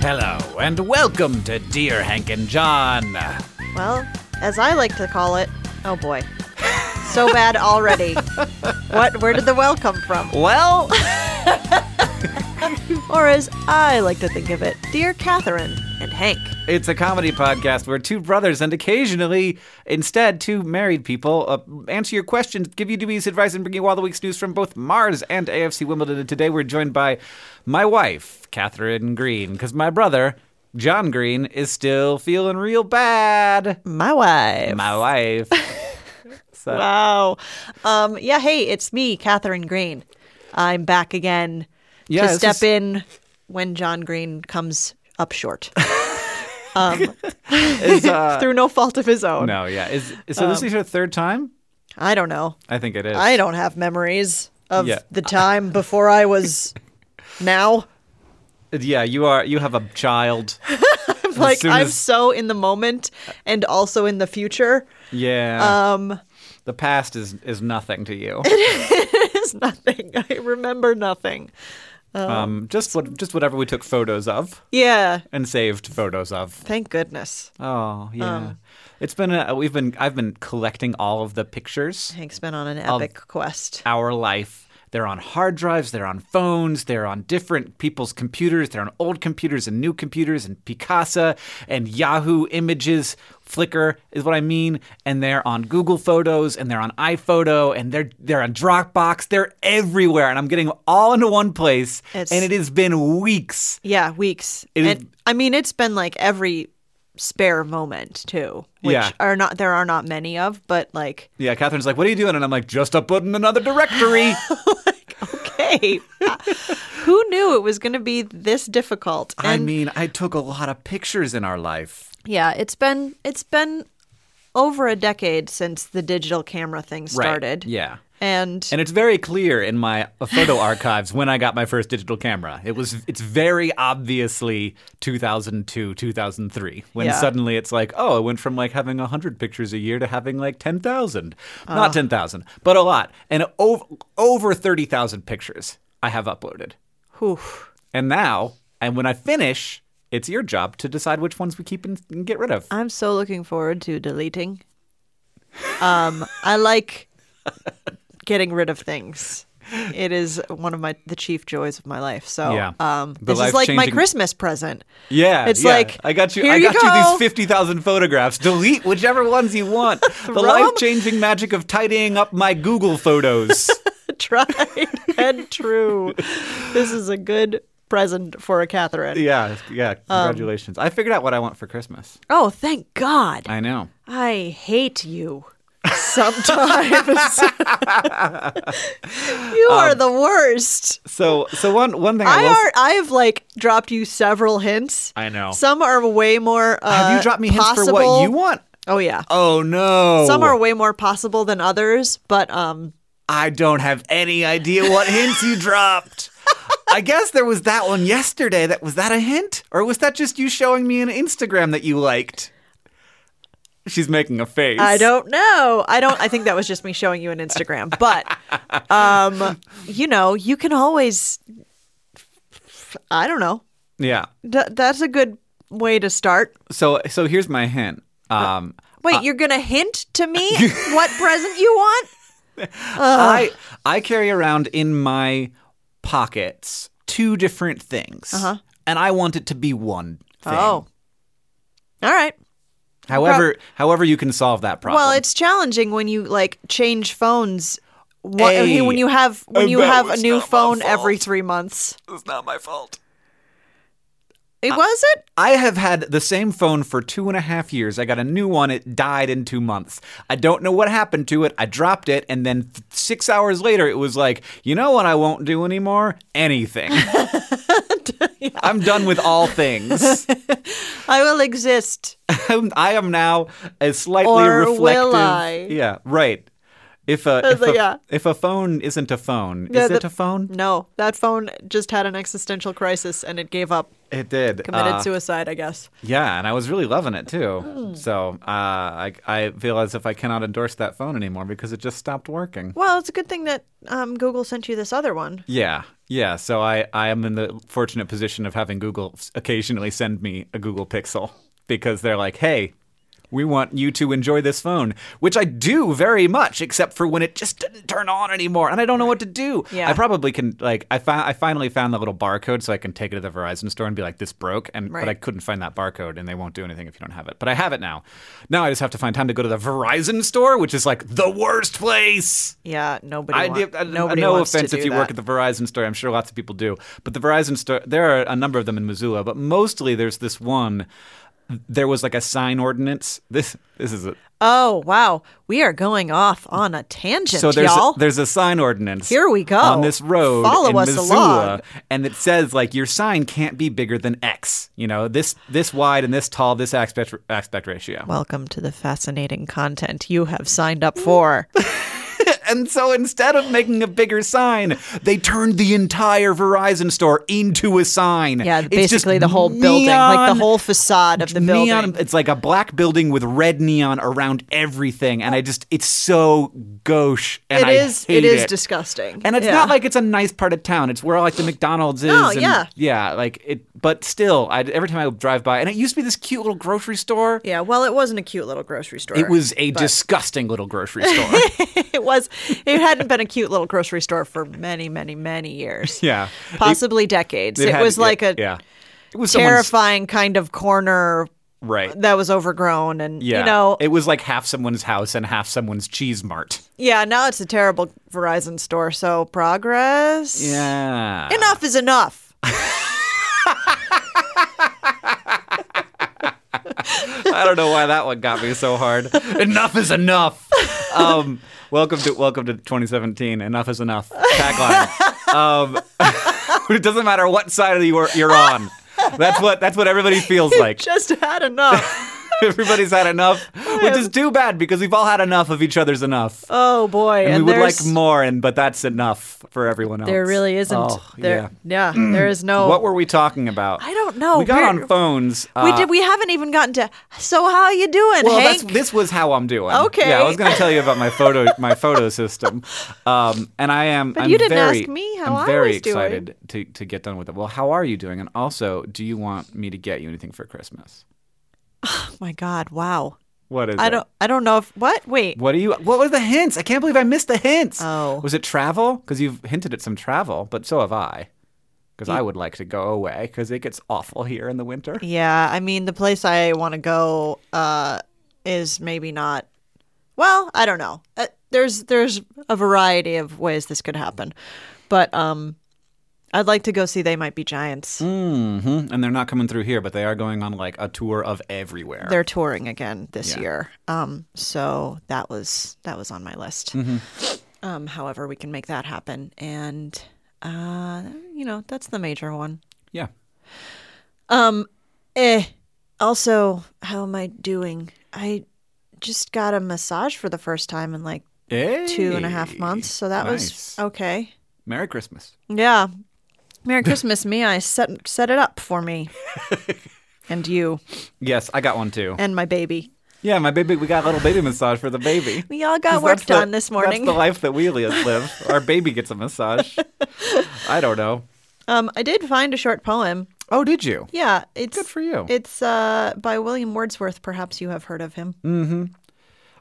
Hello, and welcome to Dear Hank and John. Well, as I like to call it, oh boy. So bad already. what where did the well come from? Well, Or as I like to think of it, dear Catherine and Hank. it's a comedy podcast where two brothers and occasionally, instead, two married people uh, answer your questions, give you Dewey's advice, and bring you all the week's news from both Mars and AFC Wimbledon. And today we're joined by my wife, Catherine Green, because my brother, John Green, is still feeling real bad. My wife. My wife. So, wow. Um yeah, hey, it's me, Catherine Green. I'm back again Yeah, to this step is- in when John Green comes up short. um is, uh, through no fault of his own. no, yeah. Is, so this is your third time? I don't know. I think it is. Um, I don't have memories of Yeah. the time before I was now. Yeah, you are. You have a child. As Like soon I'm as- so in the moment and also in the future. yeah. Um, the past is is nothing to you. it's nothing. I remember nothing. Um, just what just whatever we took photos of Yeah, and saved photos of. thank goodness. Oh yeah. it's been a, we've been I've been collecting all of the pictures. Hank's been on an Um, epic quest. Our life. They're on hard drives. They're on phones. They're on different people's computers. They're on old computers and new computers and Picasa and Yahoo Images. Flickr is what I mean, and they're on Google Photos and they're on iPhoto and they're they're on Dropbox. They're everywhere, and I'm getting all into one place. It's- and it has been weeks. Yeah, weeks. It is- and I mean, it's been like every spare moment too, which Yeah. are not there are not many of, but like Yeah, Catherine's like, "What are you doing?" And I'm like, "Just uploading another directory." okay, Uh, who knew it was going to be this difficult? I And- mean, I took a lot of pictures in our life. Yeah, it's been it's been over a decade since the digital camera thing started. Right. Yeah. And, And it's very clear in my photo archives when I got my first digital camera. It was it's very obviously 2002, 2003 when Yeah. suddenly it's like, "Oh, I went from like having 100 pictures a year to having like 10,000." Not 10,000, but a lot. And over over 30,000 pictures I have uploaded. whew, And now, and when I finish, it's your job to decide which ones we keep and, and get rid of. I'm so looking forward to deleting. Um, I like getting rid of things. It is one of my the chief joys of my life. So Yeah. um, The this is like my life-changing- Christmas present. Yeah, It's yeah. like, I got you. here I you got you, go. these fifty thousand photographs. Delete whichever ones you want. the 'em. life-changing magic of tidying up my Google photos. Tried and true. This is a good present for a Catherine. yeah, yeah. Um, Congratulations. I figured out what I want for Christmas. Oh, thank God. I know. I hate you sometimes. you Um, are the worst. So so one one thing I, I will are. I have like dropped you several hints. I know. Some are way more. Uh, have you dropped me hints for what possible- you want? Oh yeah. Oh no. Some are way more possible than others, but um, I don't have any idea what hints you dropped. I guess there was that one yesterday. That was that a hint, or was that just you showing me an Instagram that you liked? She's making a face. I don't know. I don't. I think that was just me showing you an Instagram, but um, you know, you can always. I don't know. Yeah. D- that's a good way to start. So so here's my hint. Uh, Um, Wait, you're gonna hint to me what present you want? I I carry around in my pockets two different things, uh-huh. and I want it to be one thing. Oh, all right. However, however you can solve that problem. Well, it's challenging when you like change phones. Wha- Hey, when you have when you that have a was new not my phone every fault. three months. it's not my fault. It Uh, was it. I have had the same phone for two and a half years. I got a new one. It died in two months. I don't know what happened to it. I dropped it, and then th- six hours later, it was like, you know what I won't do anymore? Anything. I'm done with all things. I will exist. I'm, I am now a slightly Or will reflective. I? Yeah, right. If a if, like, a, yeah. if a phone isn't a phone, Yeah, is it the- a phone? No, that phone just had an existential crisis and it gave up, It did. committed Uh, suicide. I guess. Yeah, and I was really loving it too. Hmm. So uh, I I feel as if I cannot endorse that phone anymore because it just stopped working. Well, it's a good thing that um, Google sent you this other one. Yeah, yeah. So I I am in the fortunate position of having Google s- occasionally send me a Google Pixel because they're like, hey. We want you to enjoy this phone, which I do very much, except for when it just didn't turn on anymore, and I don't know what to do. Yeah. I probably can like I fi- I finally found the little barcode, so I can take it to the Verizon store and be like, "This broke," and but Right. I couldn't find that barcode, and they won't do anything if you don't have it. But I have it now. Now I just have to find time to go to the Verizon store, which is like the worst place. Yeah, nobody. I, want, I- nobody no wants to offense do if you that. work at the Verizon store. I'm sure lots of people do. But the Verizon store, there are a number of them in Missoula, but mostly there's this one. There was like a sign ordinance. This this is a, Oh wow, we are going off on a tangent, so there's a, y'all. there's a sign ordinance. Here we go. on this road Follow in us Missoula, along. and it says like your sign can't be bigger than X. You know this this wide and this tall, this aspect aspect ratio. Welcome to the fascinating content you have signed up for. And so instead of making a bigger sign, they turned the entire Verizon store into a sign. Yeah, It's just basically the whole building, like the neon- whole facade of the building. neon. It's like a black building with red neon around everything, and I just it's so gauche. And It I is. hate It is it. disgusting. and it's Yeah. not like it's a nice part of town. It's where like the McDonald's is. No, and- yeah. yeah. Like it, but still, I, every time I drive by, and it used to be this cute little grocery store. Yeah, well, it wasn't a cute little grocery store. It was a disgusting little grocery store. it was. It hadn't been a cute little grocery store for many, many, many years. yeah, possibly decades. It, had- was like a yeah. It was someone's- terrifying kind of corner right. that was overgrown, and Yeah. Uh, you know, it was like half someone's house and half someone's cheese mart. yeah. Now it's a terrible Verizon store. So progress. Yeah. Enough is enough. I don't know why that one got me so hard. enough is enough. Um, welcome to welcome to 2017. Enough is enough. Tagline. Um, it doesn't matter what side of you're you're on. That's what that's what everybody feels like. Just had enough. Everybody's had enough, which is too bad because we've all had enough of each other's enough. oh boy, and we would there's- like more, and but that's enough for everyone else. There really isn't. Oh, there, yeah. there is no. yeah. What were we talking about? I don't know. We got Oh, We're- on phones. we uh, did. We haven't even gotten to. So how you doing, Well, Hank? that's this was how I'm doing. Okay. Yeah, I was going to tell you about my photo my photo system, um, and I am. But I'm you didn't very, ask me how I'm I very was doing. excited to to get done with it. Well, how are you doing? And also, do you want me to get you anything for Christmas? oh my God! Wow. What is I it? don't. I don't know if. What? Wait. What are you? What were the hints? I can't believe I missed the hints. Oh. was it travel? Because you've hinted at some travel, but so have I. Because I would like to go away because it gets awful here in the winter. Yeah, I mean the place I want to go uh, is maybe not. Well, I don't know. Uh, there's there's a variety of ways this could happen, but um, I'd like to go see They Might Be Giants. Mm-hmm. And they're not coming through here, but they are going on like a tour of everywhere. They're touring again this Yeah. year. Um, so that was that was on my list. Mm-hmm. Um, however, we can make that happen, and uh, you know that's the major one. yeah. Eh. Also, how am I doing? I just got a massage for the first time in like two and a half Hey. months, so that Nice. was okay. Merry Christmas. Yeah. Merry Christmas, me. I set set it up for me. and you Yes, I got one too. and my baby. Yeah, my baby. We got a little baby massage for the baby. We all got 'Cause work that's the- done this morning. That's the life that we li- live. Our baby gets a massage. I don't know. Um, I did find a short poem. Oh, did you? Yeah, it's Good for you. It's uh, by William Wordsworth. Perhaps you have heard of him, Mm.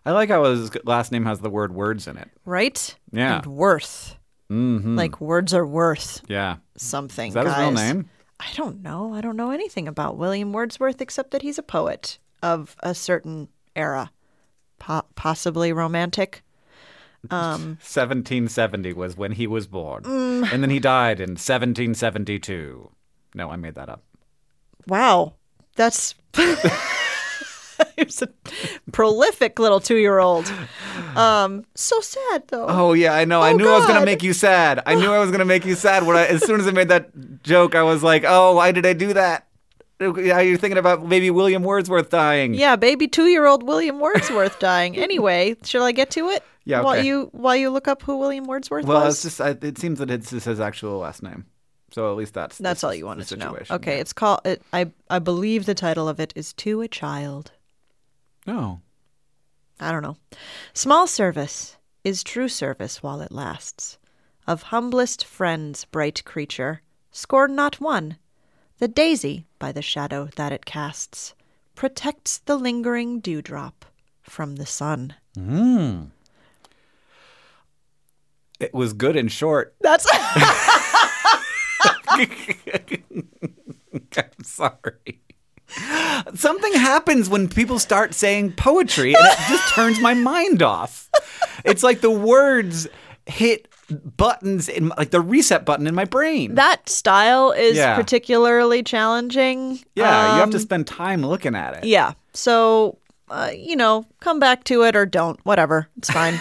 I like how his last name has the word words in it. right? Yeah. and worth. Mm-hmm. Like words are worth Yeah. something. Is that his real guys. name? I don't know. I don't know anything about William Wordsworth except that he's a poet of a certain era, po- possibly romantic. 1770 was when he was born. Mm. And then he died in 1772. No, I made that up. Wow, that's he's a prolific little two-year-old. Um, so sad though. Oh yeah, I know. I Oh, knew I was gonna God. make you sad. I knew I was gonna make you sad. When I, as soon as I made that joke, I was like, "Oh, why did I do that?" Yeah, You're thinking about maybe William Wordsworth dying. Yeah, baby two-year-old William Wordsworth dying. Anyway, shall I get to it? Yeah, While okay. you while you look up who William Wordsworth Well, was. it's just I, it seems that it's just his actual last name. So at least that's That's the- all you wanted the to know. situation. Okay, it's called. It, I I believe the title of it is "To a Child." No. I don't know. Small service is true service while it lasts. Of humblest friends, bright creature, scorn not one. The daisy, by the shadow that it casts, protects the lingering dewdrop from the sun. It was good and short. That's I'm sorry. Something happens when people start saying poetry and it just turns my mind off. It's like the words hit buttons in like the reset button in my brain. that style is Yeah. particularly challenging. um, yeah, you have to spend time looking at it. Yeah. So, uh, you know, come back to it or don't. Whatever. It's fine.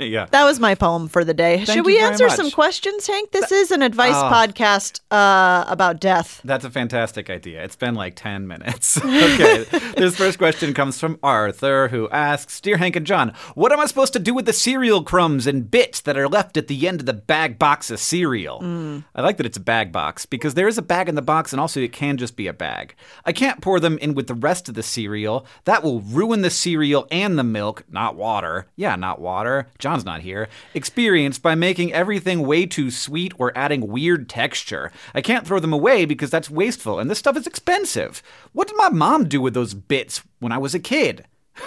yeah. that was my poem for the day. Should you we very answer much. Ah. some questions, Hank? This is an advice podcast uh, about death. That's a fantastic idea. It's been like 10 minutes. okay. this first question comes from Arthur, who asks Dear Hank and John, what am I supposed to do with the cereal crumbs and bits that are left at the end of the bag box of cereal? I like that it's a bag box because there is a bag in the box and also it can just be a bag. I can't pour them in with the rest of the cereal. That will ruin the cereal and the milk, not water. Yeah, not water. John's not here. Experience by making everything way too sweet or adding weird texture. I can't throw them away because that's wasteful and this stuff is expensive. What did my mom do with those bits when I was a kid?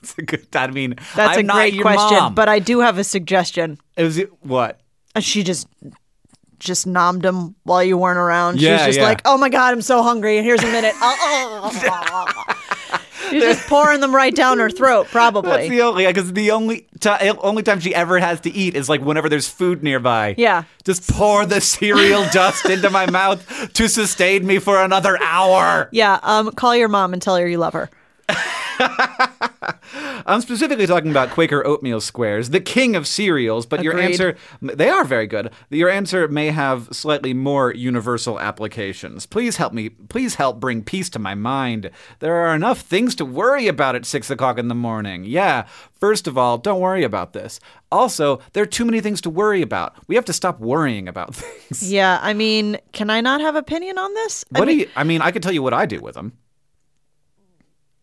It's a good. I mean, That's I'm a not great your question, mom. but I do have a suggestion. it was what? Uh, She just just nommed him while you weren't around. She was Yeah, just yeah. like, "Oh my god, I'm so hungry, and here's a minute." She's just pouring them right down her throat, probably. That's the only because the only ti only time she ever has to eat is like whenever there's food nearby. Yeah. just pour the cereal dust into my mouth to sustain me for another hour. yeah, um, call your mom and tell her you love her. I'm specifically talking about Quaker oatmeal squares, the king of cereals. But your Agreed. answer, they are very good. Your answer may have slightly more universal applications. Please help me. Please help bring peace to my mind. There are enough things to worry about at six o'clock in the morning. Yeah. First of all, don't worry about this. Also, there are too many things to worry about. We have to stop worrying about things. Yeah, I mean, can I not have opinion on this? I What mean, do you? I mean, I could tell you what I do with them.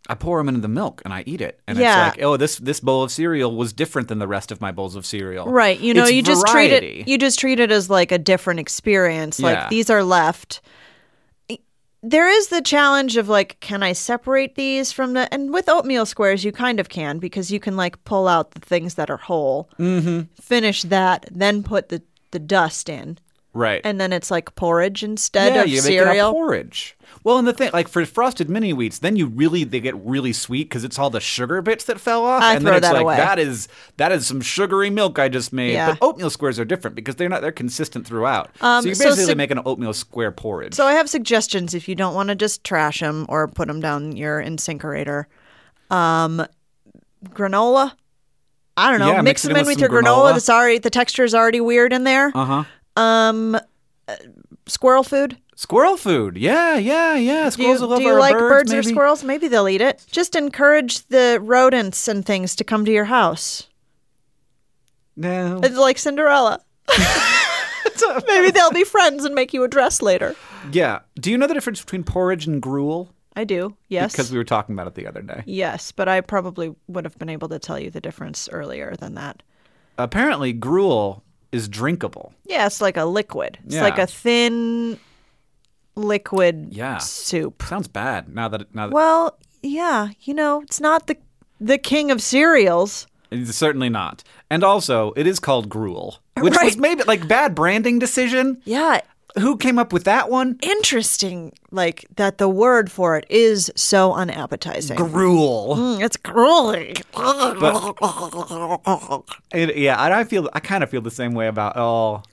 I pour them into the milk and I eat it, and Yeah. it's like, oh, this this bowl of cereal was different than the rest of my bowls of cereal. Right. You know, It's you just treat variety. it you just treat it as like a different experience. Yeah. Like these are left. There is the challenge of like, can I separate these from the and with oatmeal squares you kind of can because you can like pull out the things that are whole, mm-hmm. finish that, then put the the dust in. Right. and then it's like porridge instead yeah, of you make it a cereal. porridge. Well, and the thing, like for frosted mini wheats, then you really they get really sweet because it's all the sugar bits that fell off, I and throw then it's that like away. that is that is some sugary milk I just made. Yeah. Um, But oatmeal squares are different because they're not they're consistent throughout. so you so basically sug- make an oatmeal square porridge. so I have suggestions if you don't want to just trash them or put them down your incinerator. Um, granola. I don't know. Yeah, mix mix it them in in with with some your granola. granola. That's already the texture is already weird in there. Uh-huh. Uh huh. Um, uh, squirrel food. Squirrel food, yeah, yeah, yeah. Do you, Squirrels will love do you our like birds, birds, or maybe. squirrels? Maybe they'll eat it. Just encourage the rodents and things to come to your house. No, It's like Cinderella. Maybe they'll be friends and make you a dress later. yeah. Do you know the difference between porridge and gruel? I do. Yes. Because we were talking about it the other day. Yes, but I probably would have been able to tell you the difference earlier than that. Apparently, gruel is drinkable. Yeah, it's like a liquid. It's Yeah. like a thin liquid Yeah. soup. Sounds bad now that now that Well, yeah, you know, it's not the the king of cereals. It's certainly not. And also, it is called gruel, which Right. was maybe like bad branding decision. Yeah, Who came up with that one? interesting like that the word for it is so unappetizing. Gruel. Mm, it's gruel. And, yeah, and I feel I kind of feel the same way about all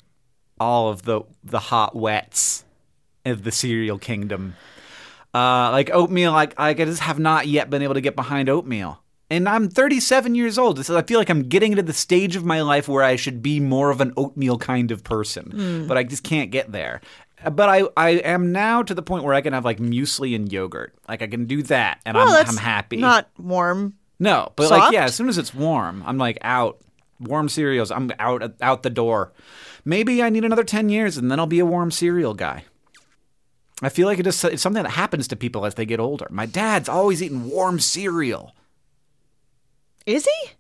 all of the the hot wets of the cereal kingdom. Uh, like oatmeal, like I just have not yet been able to get behind oatmeal. And I'm 37 years old, so I feel like I'm getting to the stage of my life where I should be more of an oatmeal kind of person, Hmm. but I just can't get there. But I, I am now to the point where I can have like muesli and yogurt. Like I can do that, and Well, I'm, that's I'm happy. Not warm. No, but Soft? like yeah, as soon as it's warm, I'm like out. Warm cereals, I'm out out the door. Maybe I need another 10 years and then I'll be a warm cereal guy. I feel like it is it's something that happens to people as they get older. My dad's always eating warm cereal. Is he?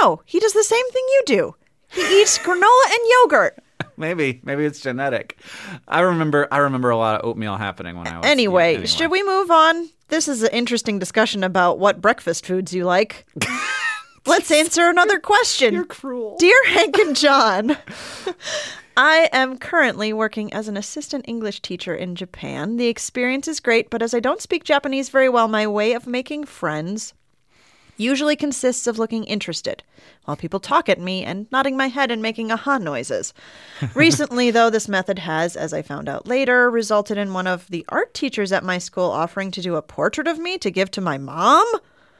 No, he does the same thing you do. He eats granola and yogurt. Maybe maybe it's genetic. I remember I remember a lot of oatmeal happening when I was Anyway, yeah, should we move on? This is an interesting discussion about what breakfast foods you like. Let's answer another question. You're cruel. Dear Hank and John, I am currently working as an assistant English teacher in Japan. The experience is great, but as I don't speak Japanese very well, my way of making friends usually consists of looking interested while people talk at me and nodding my head and making aha noises. Recently, though, this method has, as I found out later, resulted in one of the art teachers at my school offering to do a portrait of me to give to my mom.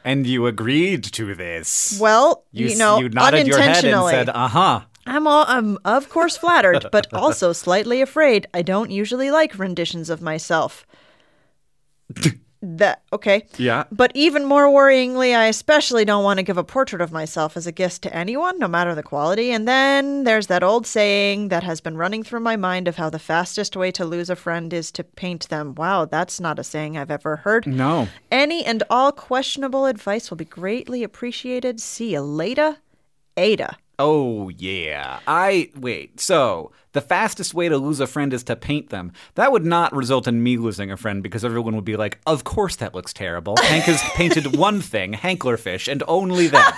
And you agreed to this. Well, you, you, s- know, you nodded your head unintentionally. and said, "Uh-huh." I'm all, I'm of course flattered, but also slightly afraid. I don't usually like renditions of myself. that okay. Yeah. But even more worryingly, I especially don't want to give a portrait of myself as a gift to anyone, no matter the quality. And then there's that old saying that has been running through my mind of how the fastest way to lose a friend is to paint them. Wow, that's not a saying I've ever heard. No. Any and all questionable advice will be greatly appreciated. See you later, Ada. Oh yeah. I wait. So, the fastest way to lose a friend is to paint them. That would not result in me losing a friend because everyone would be like, "Of course that looks terrible. Hank has painted one thing, hanklerfish, and only that."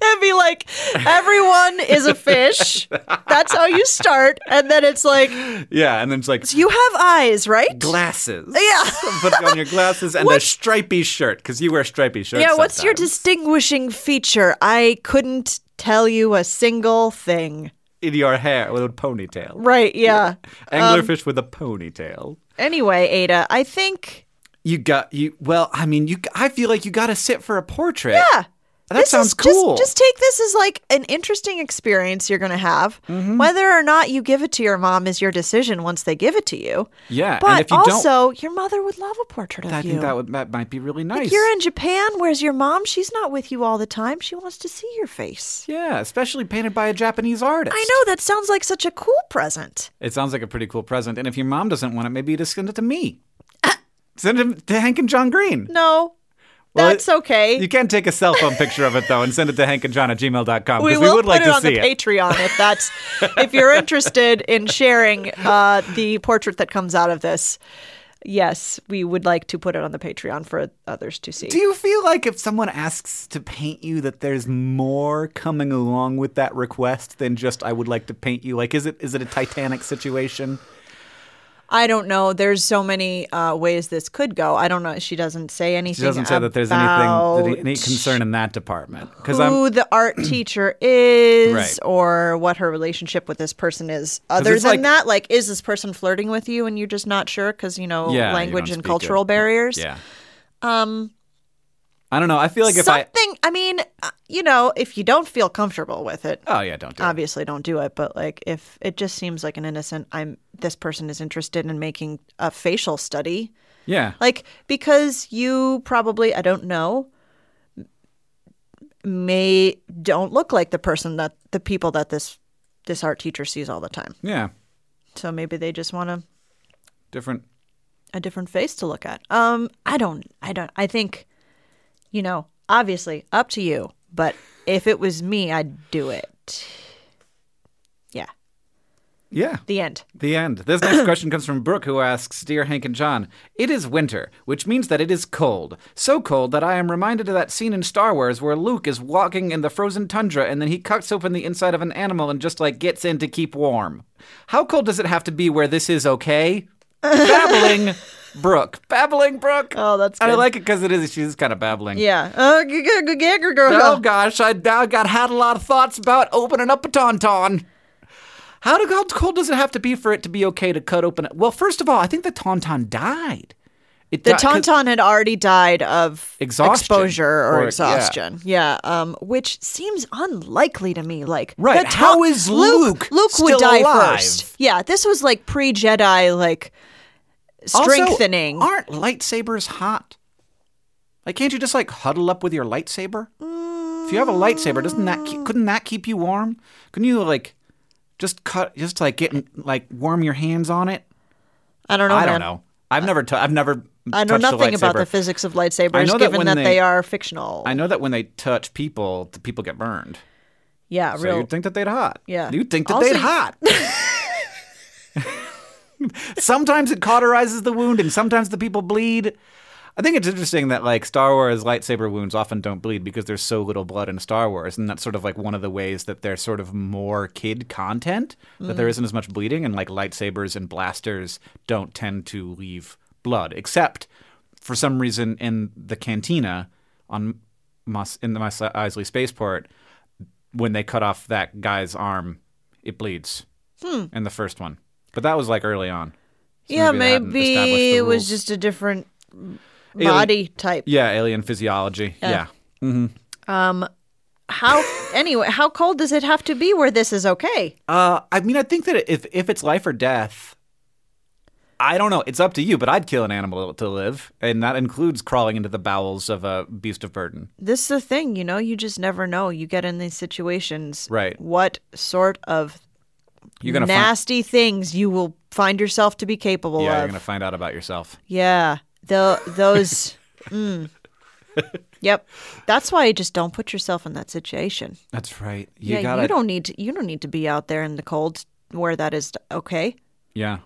It'd be like everyone is a fish. That's how you start, and then it's like yeah, and then it's like you have eyes, right? glasses. Yeah. Put on your glasses and a stripy shirt cuz you wear stripy shirts. yeah. What's your sometimes. distinguishing feature? I couldn't tell you a single thing. in your hair with a ponytail? Right? Yeah. Anglerfish with a ponytail. Anyway, Ada, I think You got you well, I mean, you g- I feel like you got to sit for a portrait. yeah. That this sounds is just- cool. Just, take this as like an interesting experience you're going to have. Mm-hmm. Whether or not you give it to your mom is your decision once they give it to you. Yeah, But and if you don't- also, your mother would love a portrait of I you. think that would that might be really nice. You're in Japan. Where's your mom? She's not with you all the time. She wants to see your face. Yeah, especially painted by a Japanese artist. I know that sounds like such a cool present. It sounds like a pretty cool present. And if your mom doesn't want it, maybe you just send it to me. send it to Hank and John Green. No, Well, that's okay. You can take a cell phone picture of it, though, and send it to Hank and John at gmail.com we because will we, would put like it to on see the Patreon if that's if you're interested in sharing uh, the portrait that comes out of this. yes, we would like to put it on the Patreon for others to see. Do you feel like if someone asks to paint you that there's more coming along with that request than just I would like to paint you? Like is it is it a Titanic situation? I don't know. There's so many uh, ways this could go. I don't know. She doesn't say anything. She doesn't say that there's anything that any concern in that department because I'm who the art teacher is Right. or what her relationship with this person is. Other it's than like- that, like, is this person flirting with you and you're just not sure because, you know, Yeah, you language don't and speak cultural it. barriers? yeah. Um, I don't know. I feel like if I Something, I mean, uh, you know, if you don't feel comfortable with it, oh yeah, don't do it. obviously don't do it but like if it just seems like an innocent i'm this person is interested in making a facial study Yeah, like because you probably i don't know may don't look like the person that the people that this this art teacher sees all the time yeah, so maybe they just want a, different. a different face to look at um i don't i don't i think you know obviously up to you but if it was me i'd do it yeah Yeah. the end The end. This next question comes from Brooke, who asks Dear Hank and John, it is winter, which means that it is cold. So cold that I am reminded of that scene in Star Wars where Luke is walking in the frozen tundra and then he cuts open the inside of an animal and just like gets in to keep warm. How cold does it have to be where this is okay? babbling Brooke. Babbling Brooke. Oh, that's And I good. like it because it is, she's kind of babbling. Yeah. Oh, g- g- g- g- g- Oh girl. gosh, I, I got had a lot of thoughts about opening up a tauntaun. How, do, how cold does it have to be for it to be okay to cut open? A, well, first of all, I think the tauntaun died. It The di- 'cause- tauntaun had already died of Exhaustion. exposure or, Or- yeah. exhaustion. Yeah. Um, which seems unlikely to me. Like, Right. the How is Luke Luke? Luke still would die alive? first. Yeah. This was like pre Jedi, like strengthening. Also, aren't lightsabers hot? Like, can't you just like huddle up with your lightsaber? If you have a lightsaber, doesn't that keep, couldn't that keep you warm? Couldn't you like just cut, just like get in- like warm your hands on it? I don't know. I don't Oh, man. know. I've never, t- I've never. I know touched a nothing about the lightsaber. physics of I lightsabers, know that given when that they- they, are fictional. I know that when they touch people, the people get burned. yeah, So real. you'd think that they'd hot. Yeah. You'd think that Also- they'd hot. sometimes it cauterizes the wound and sometimes the people bleed. I think it's interesting that like Star Wars lightsaber wounds often don't bleed because there's so little blood in Star Wars, and that's sort of like one of the ways that there's sort of more kid content that Mm. there isn't as much bleeding, and like lightsabers and blasters don't tend to leave blood, except for some reason in the cantina on Mos- in the Mos Eisley spaceport when they cut off that guy's arm, it bleeds in the first one, but that was like early on. So Hmm. yeah, maybe they hadn't established maybe the it was rules. just a different body type. Yeah, alien physiology. Yeah. How anyway? How cold does it have to be where this is okay? Uh, I mean, I think that if if it's life or death, I don't know. It's up to you, but I'd kill an animal to live, and that includes crawling into the bowels of a beast of burden. this is the thing, you know, you just never know. You get in these situations, Right. What sort of You're gonna nasty things you will find yourself to be capable find. Yeah, of? you're gonna find out about yourself. Yeah, the those. mm. Yep, that's why you just don't put yourself in that situation. That's right. You yeah, gotta. you don't need to, you don't need to be out there in the cold where that is okay. Yeah.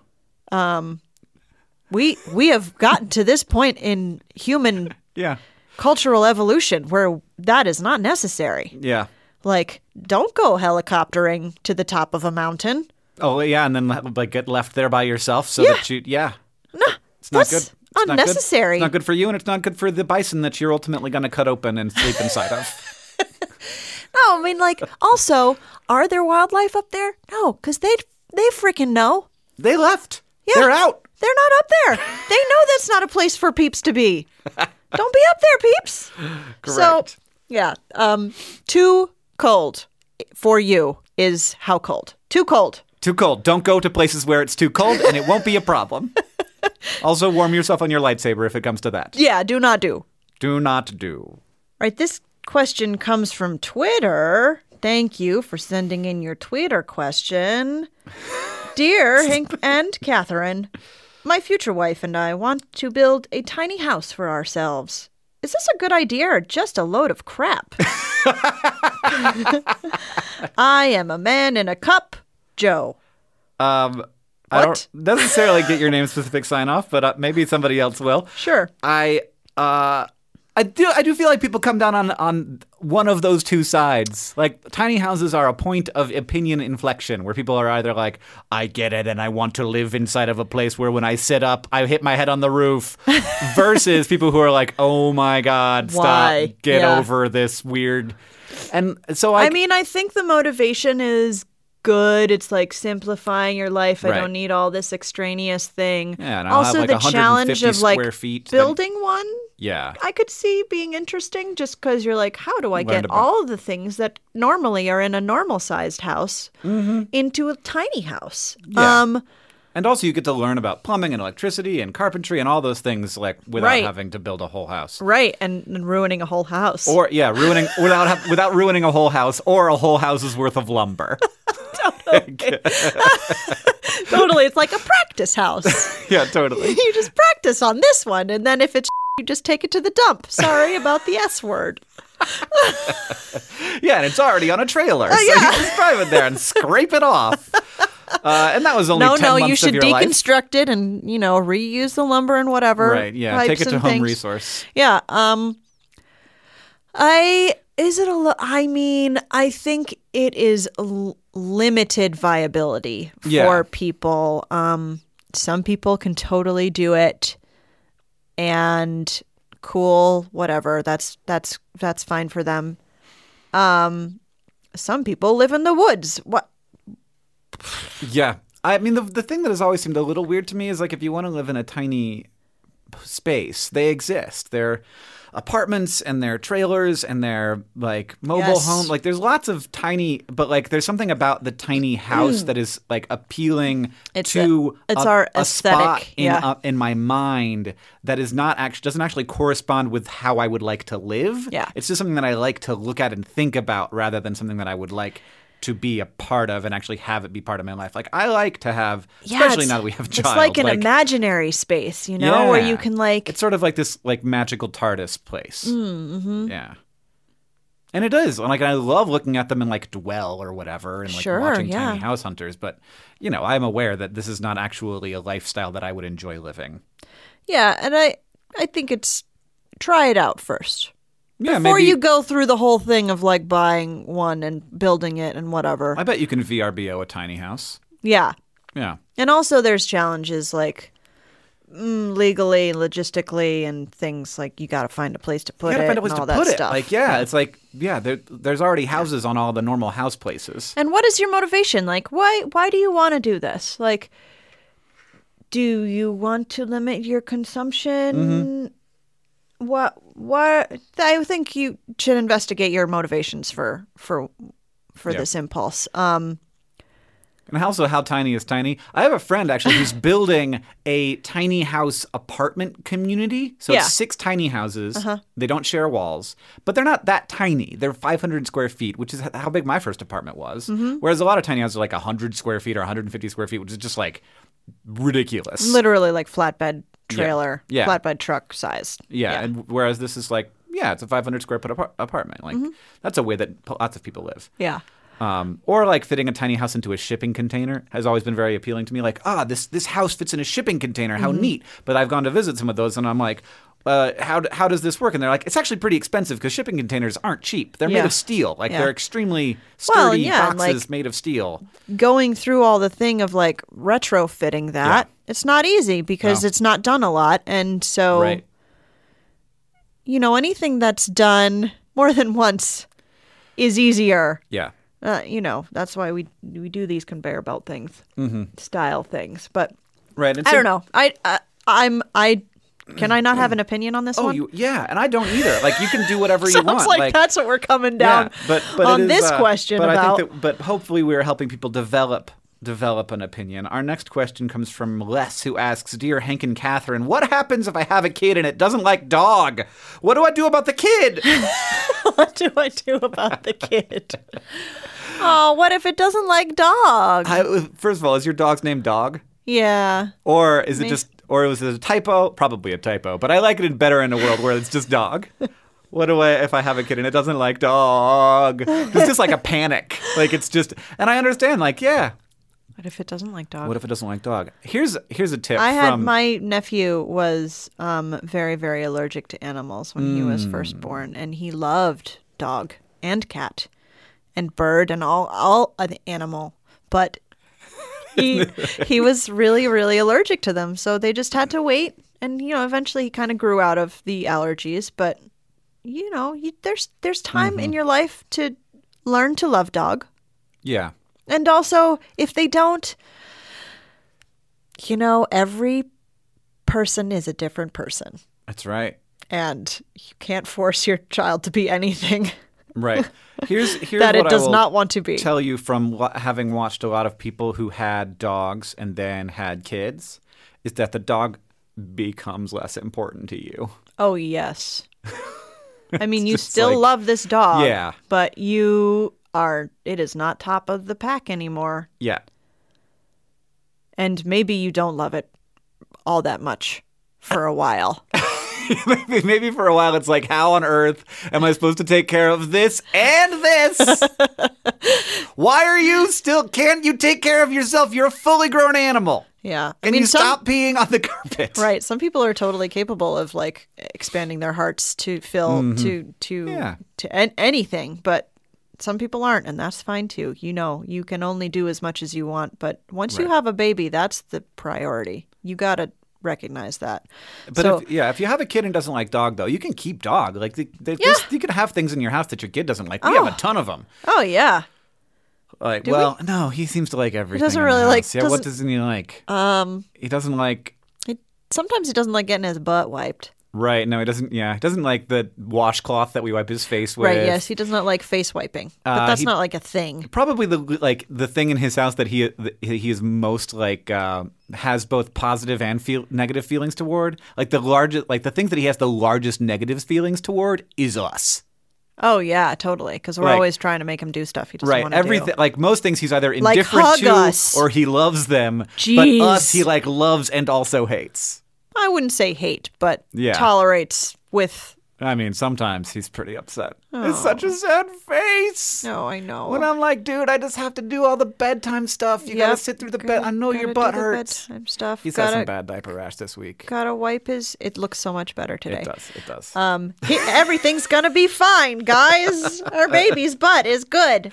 We we have gotten to this point in human Yeah. cultural evolution where that is not necessary. Yeah. Like, don't go helicoptering to the top of a mountain. Oh yeah, and then like get left there by yourself so that you yeah. it's not that's good. It's not good. unnecessary. It's not good for you, and it's not good for the bison that you're ultimately going to cut open and sleep inside of. No, I mean, like, also, are there wildlife up there? No, because they they freaking know. They left. Yeah. They're out. They're not up there. They know that's not a place for peeps to be. Don't be up there, peeps. So, Correct. yeah, um, too cold for you is how cold? Too cold. Too cold. Don't go to places where it's too cold, and it won't be a problem. also, warm yourself on your lightsaber if it comes to that. Yeah, do not do. Do not do. Right, this question comes from Twitter. Thank you for sending in your Twitter question. Dear Hank and Catherine, my future wife and I want to build a tiny house for ourselves. Is this a good idea or just a load of crap? I am a man in a cup, Joe. Um, I What? don't necessarily get your name specific sign off, but uh, maybe somebody else will. Sure. I uh I do I do feel like people come down on on one of those two sides. Like tiny houses are a point of opinion inflection where people are either like I get it and I want to live inside of a place where when I sit up I hit my head on the roof versus people who are like oh my god stop Why? get Yeah. over this weird and so I, I mean, I think the motivation is good. It's like simplifying your life. I Right. don't need all this extraneous thing. Yeah, and I'll have, also, like, the challenge 150 of like square feet that- building one, yeah I could see being interesting just because you're like, how do I get Learned about- all the things that normally are in a normal sized house into a tiny house? Mm-hmm. Yeah. Um, And also, you get to learn about plumbing and electricity and carpentry and all those things, like without Right. having to build a whole house. right, and, and ruining a whole house. Or yeah, ruining without ha- without ruining a whole house or a whole house's worth of lumber. totally, it's like a practice house. yeah, totally. you just practice on this one, and then if it's you just take it to the dump. Sorry about the S word. Yeah, and it's already on a trailer, Oh, so you can just drive it there and scrape it off. Uh, and that was only No, 10 no, months you should of your life. deconstruct it and you know reuse the lumber and whatever. Right? Yeah, pipes take it to and home things. resource. Yeah. Um, I is it a? Lo- I mean, I think it is l- limited viability for Yeah. people. Um, some people can totally do it, and cool, whatever. That's that's that's fine for them. Um, some people live in the woods. What? Yeah, I mean the the thing that has always seemed a little weird to me is like if you want to live in a tiny space, they exist. They're apartments and their trailers and their like mobile Yes. home like there's lots of tiny but like there's something about the tiny house that is like appealing Mm. It's to a- it's a- our a spot aesthetic, in, yeah. a- in my mind that is not actually doesn't actually correspond with how I would like to live Yeah. it's just something that I like to look at and think about rather than something that I would like to be a part of and actually have it be part of my life. Like I like to have, especially it's- now that we have a child. It's like an imaginary space, you know, where you yeah. can like It's sort of like this like magical TARDIS place. Mm, Mm-hmm. Yeah. And it is. And like I love looking at them and like dwell or whatever and like Sure, watching yeah. tiny house hunters, but you know, I'm aware that this is not actually a lifestyle that I would enjoy living. Yeah, and I I think it's try it out first. Yeah, Before Uh, maybe you go through the whole thing of like buying one and building it and whatever. I bet you can VRBO a tiny house. yeah. Yeah. And also there's challenges like mm, legally, logistically and things like you got to find a place to You put gotta it find a place and all to that put it. stuff. Like, yeah, it's like, yeah, there, there's already houses on all the normal house places. And what is your motivation? Like why why do you want to do this? Like do you want to limit your consumption? Mm-hmm. What what I think you should investigate your motivations for for for Yeah. this impulse. Um And also, how tiny is tiny? I have a friend actually who's building a tiny house apartment community. So Yeah. Uh-huh. it's six tiny houses. They don't share walls, but they're not that tiny. They're 500 square feet, which is h- how big my first apartment was. Mm-hmm. Whereas a lot of tiny houses are like 100 square feet or 150 square feet, which is just like ridiculous. literally like flatbed trailer, Yeah. flatbed truck size. Yeah, and whereas this is like, yeah, it's a 500 square foot apart- apartment. Mm-hmm. Like that's a way that p- lots of people live. Yeah. Um, or like fitting a tiny house into a shipping container has always been very appealing to me. Like, ah, this this house fits in a shipping container. Mm-hmm. How neat! But I've gone to visit some of those, and I'm like, uh, how d- how does this work? And they're like, it's actually pretty expensive because shipping containers aren't cheap. They're Yeah. made of steel. Like Yeah. they're extremely Well, sturdy yeah, and, boxes like- made of steel. Going through all the thing of like retrofitting that, it's not easy because No. it's not done a lot and so Right. you know, anything that's done more than once is easier. Yeah. Uh, you know, that's why we we do these conveyor belt things, style things. But Right. Mm-hmm. And I so- don't know. I uh, I'm I can I not have an opinion on this one? Oh, you, yeah, and I don't either. Like you can do whatever you Sounds want. like, that's what we're coming down yeah, but, but on it is, this uh, question but about. I think that, but hopefully we are helping people develop develop an opinion. Our next question comes from Les, who asks, "Dear Hank and Catherine, what happens if I have a kid and it doesn't like dog? What do I do about the kid? what do I do about the kid? oh, what if it doesn't like dogs? I, first of all, is your dog's name Dog, yeah. or is it just, or was it a typo? Probably a typo. But I like it better in a world where it's just Dog." What do I if I have a kid and it doesn't like dog? It's just like a panic. Like it's just, and I understand. Like yeah, What if it doesn't like dogs? What if it doesn't like dog? Here's here's a tip. I had from, my nephew was um, very very allergic to animals when he was first Mm. born, and he loved dog and cat and bird and all all of the animal, but he he was really really allergic to them, so they just had to wait, and you know eventually he kind of grew out of the allergies, but you know you, there's there's time Mm-hmm. in your life to learn to love dog. yeah. And also, if they don't, you know, every person is a different person. That's right. And you can't force your child to be anything Right. Here's here's that what it I does will not want to be. tell you from wa- having watched a lot of people who had dogs and then had kids is that the dog becomes less important to you. oh, yes. I mean, you just still like- love this dog. Yeah. But you are, it is not top of the pack anymore. Yeah. And maybe you don't love it all that much for a while. maybe, maybe for a while it's like how on earth am i supposed to take care of this and this why are you still can't you take care of yourself you're a fully grown animal Yeah. I can mean, you some- stop peeing on the carpet Right. Some people are totally capable of like expanding their hearts to fill to to Mm-hmm. Yeah. to an- anything, but some people aren't, and that's fine too. You know, you can only do as much as you want, but once you have a baby, that's the priority. You gotta recognize that. but so if, yeah if you have a kid and doesn't like dog though you can keep dog like the, the, this- you can have things in your house that your kid doesn't like we have a ton of them oh yeah, like well no he seems to like everything doesn't in the really like- house. yeah what doesn't- Um, doesn't he like he doesn't like it, sometimes he doesn't like getting his butt wiped. Right. No, he doesn't. Yeah. He doesn't like the washcloth that we wipe his face with. Right. Yes, he does not like face wiping, but Uh, that's he- not like a thing. probably the like the thing in his house that he that he is most like uh, has both positive and feel negative feelings toward. Like the largest, like the thing that he has the largest negative feelings toward is us. Oh yeah, totally. Because we're Like- always trying to make him do stuff he doesn't Right. want to Everything like most things he's either Like, indifferent hug to us. or he loves them. Jeez. But us he like loves and also hates. I wouldn't say hate, but Yeah. tolerates with. I mean, sometimes he's pretty upset. It's such a sad face. No, I know. When I'm like, dude, I just have to do all the bedtime stuff. You gotta Yep. sit through the bed. I know your Gotta butt do the hurts. bedtime stuff. He's had gotta, some bad diaper rash this week. gotta wipe his. It looks so much better today. It does. It does. Um, he- everything's gonna be fine, guys. Our baby's butt is good.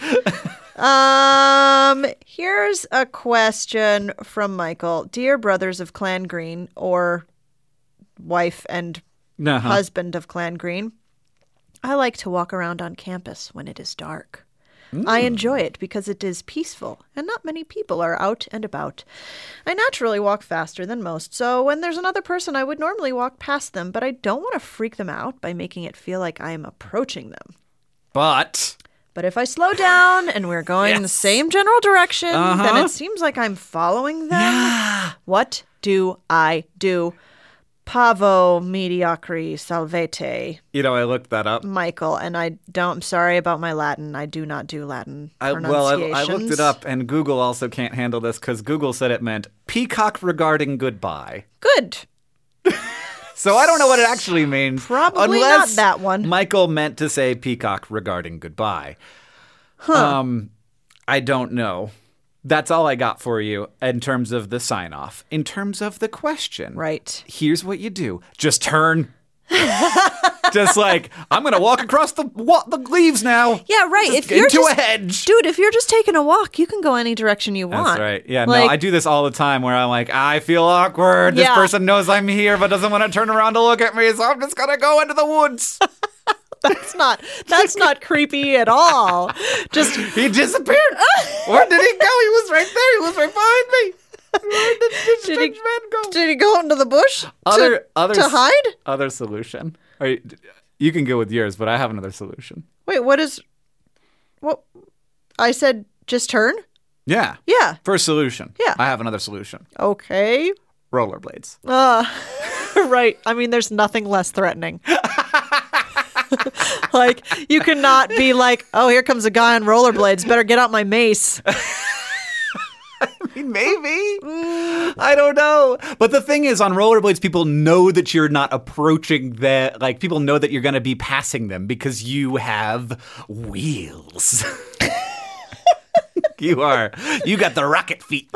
Um, here's a question from Michael: Dear brothers of Clan Green, or wife and Uh-huh. husband of Clan Green. I like to walk around on campus when it is dark. I enjoy it because it is peaceful and not many people are out and about. I naturally walk faster than most, so when there's another person, I would normally walk past them, but I don't want to freak them out by making it feel like I am approaching them. but But if I slow down and we're going the same general direction, then Uh-huh. it seems like I'm following them. What do I do? Pavo mediocri salvete, you know, I looked that up. Michael. And I don't. I'm sorry about my Latin. I do not do Latin I, well, I, I looked it up, and Google also can't handle this because Google said it meant peacock regarding goodbye. Good. So I don't know what it actually means. Probably not unless that one. Michael meant to say peacock regarding goodbye. Um, I don't know. That's all I got for you in terms of the sign off. In terms of the question, Right. here's what you do just turn just like i'm gonna walk across the wa- the leaves now Yeah, right. Just if you're into just, a hedge dude, if you're just taking a walk, you can go any direction you want. that's right yeah Like, no i do this all the time where i'm like i feel awkward this Yeah. person knows i'm here but doesn't want to turn around to look at me so i'm just gonna go into the woods That's not. That's not creepy at all. Just he disappeared where did he go he was right there he was right behind me where did this Did he- strange man go Did he go into the bush to, other other to s- hide? other solution Or you, you can go with yours but i have another solution Wait, what is what I said just turn? yeah Yeah. First solution. Yeah. I have another solution. Okay. Rollerblades. Uh right. I mean there's nothing less threatening. like you cannot be like, "Oh, here comes a guy on rollerblades. Better get out my mace." Maybe. Mm. I don't know. But the thing is, on rollerblades, people know that you're not approaching the Like, people know that you're going to be passing them because you have wheels. you are. You got the rocket feet.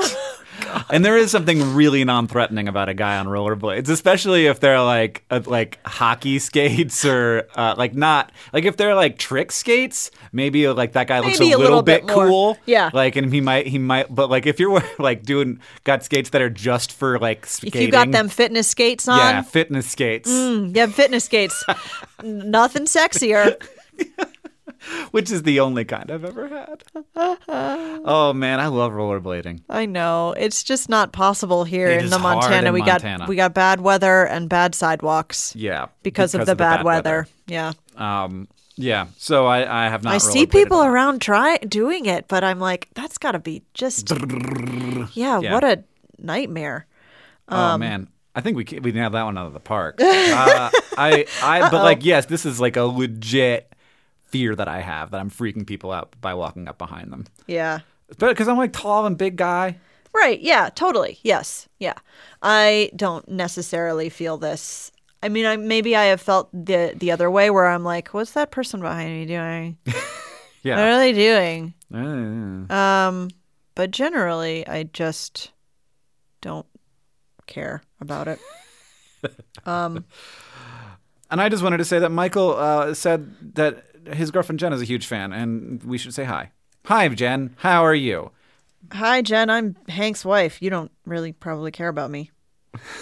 and there is something really non-threatening about a guy on rollerblades, especially if they're like uh, like hockey skates or uh, like not like if they're like trick skates. Maybe uh, like that guy looks a Maybe little, bit, more. cool. Yeah. like and he might he might. But like if you're wearing- like doing got skates that are just for like If skating. you got them fitness skates on, Mm. Yeah, fitness skates, yeah fitness skates. Nothing sexier. which is the only kind I've ever had. oh man, I love rollerblading. I know. It's just not possible here It in is the hard Montana. in we Montana. got we got bad weather and bad sidewalks. Yeah, Because, of the bad, weather. Yeah. Um, yeah. So I, I have not. I see rollerbladed. people around try doing it, but I'm like, that's gotta be just yeah, Yeah. what a nightmare. Um, oh man, I think we can, we nailed that one out of the park. uh, I I but like yes, this is like a legit fear that I have that I'm freaking people out by walking up behind them. Yeah. But because I'm like tall and big guy. Right. Yeah. Totally. Yes. Yeah. I don't necessarily feel this. I mean, I maybe I have felt the the other way where I'm like, what's that person behind me doing? What Yeah. are they doing? Uh, Um, but generally, I just don't care about it. And I just wanted to say that Michael uh, said that his girlfriend Jen is a huge fan, and we should say hi. Hi, Jen. How are you? Hi, Jen. I'm Hank's wife. You don't really probably care about me.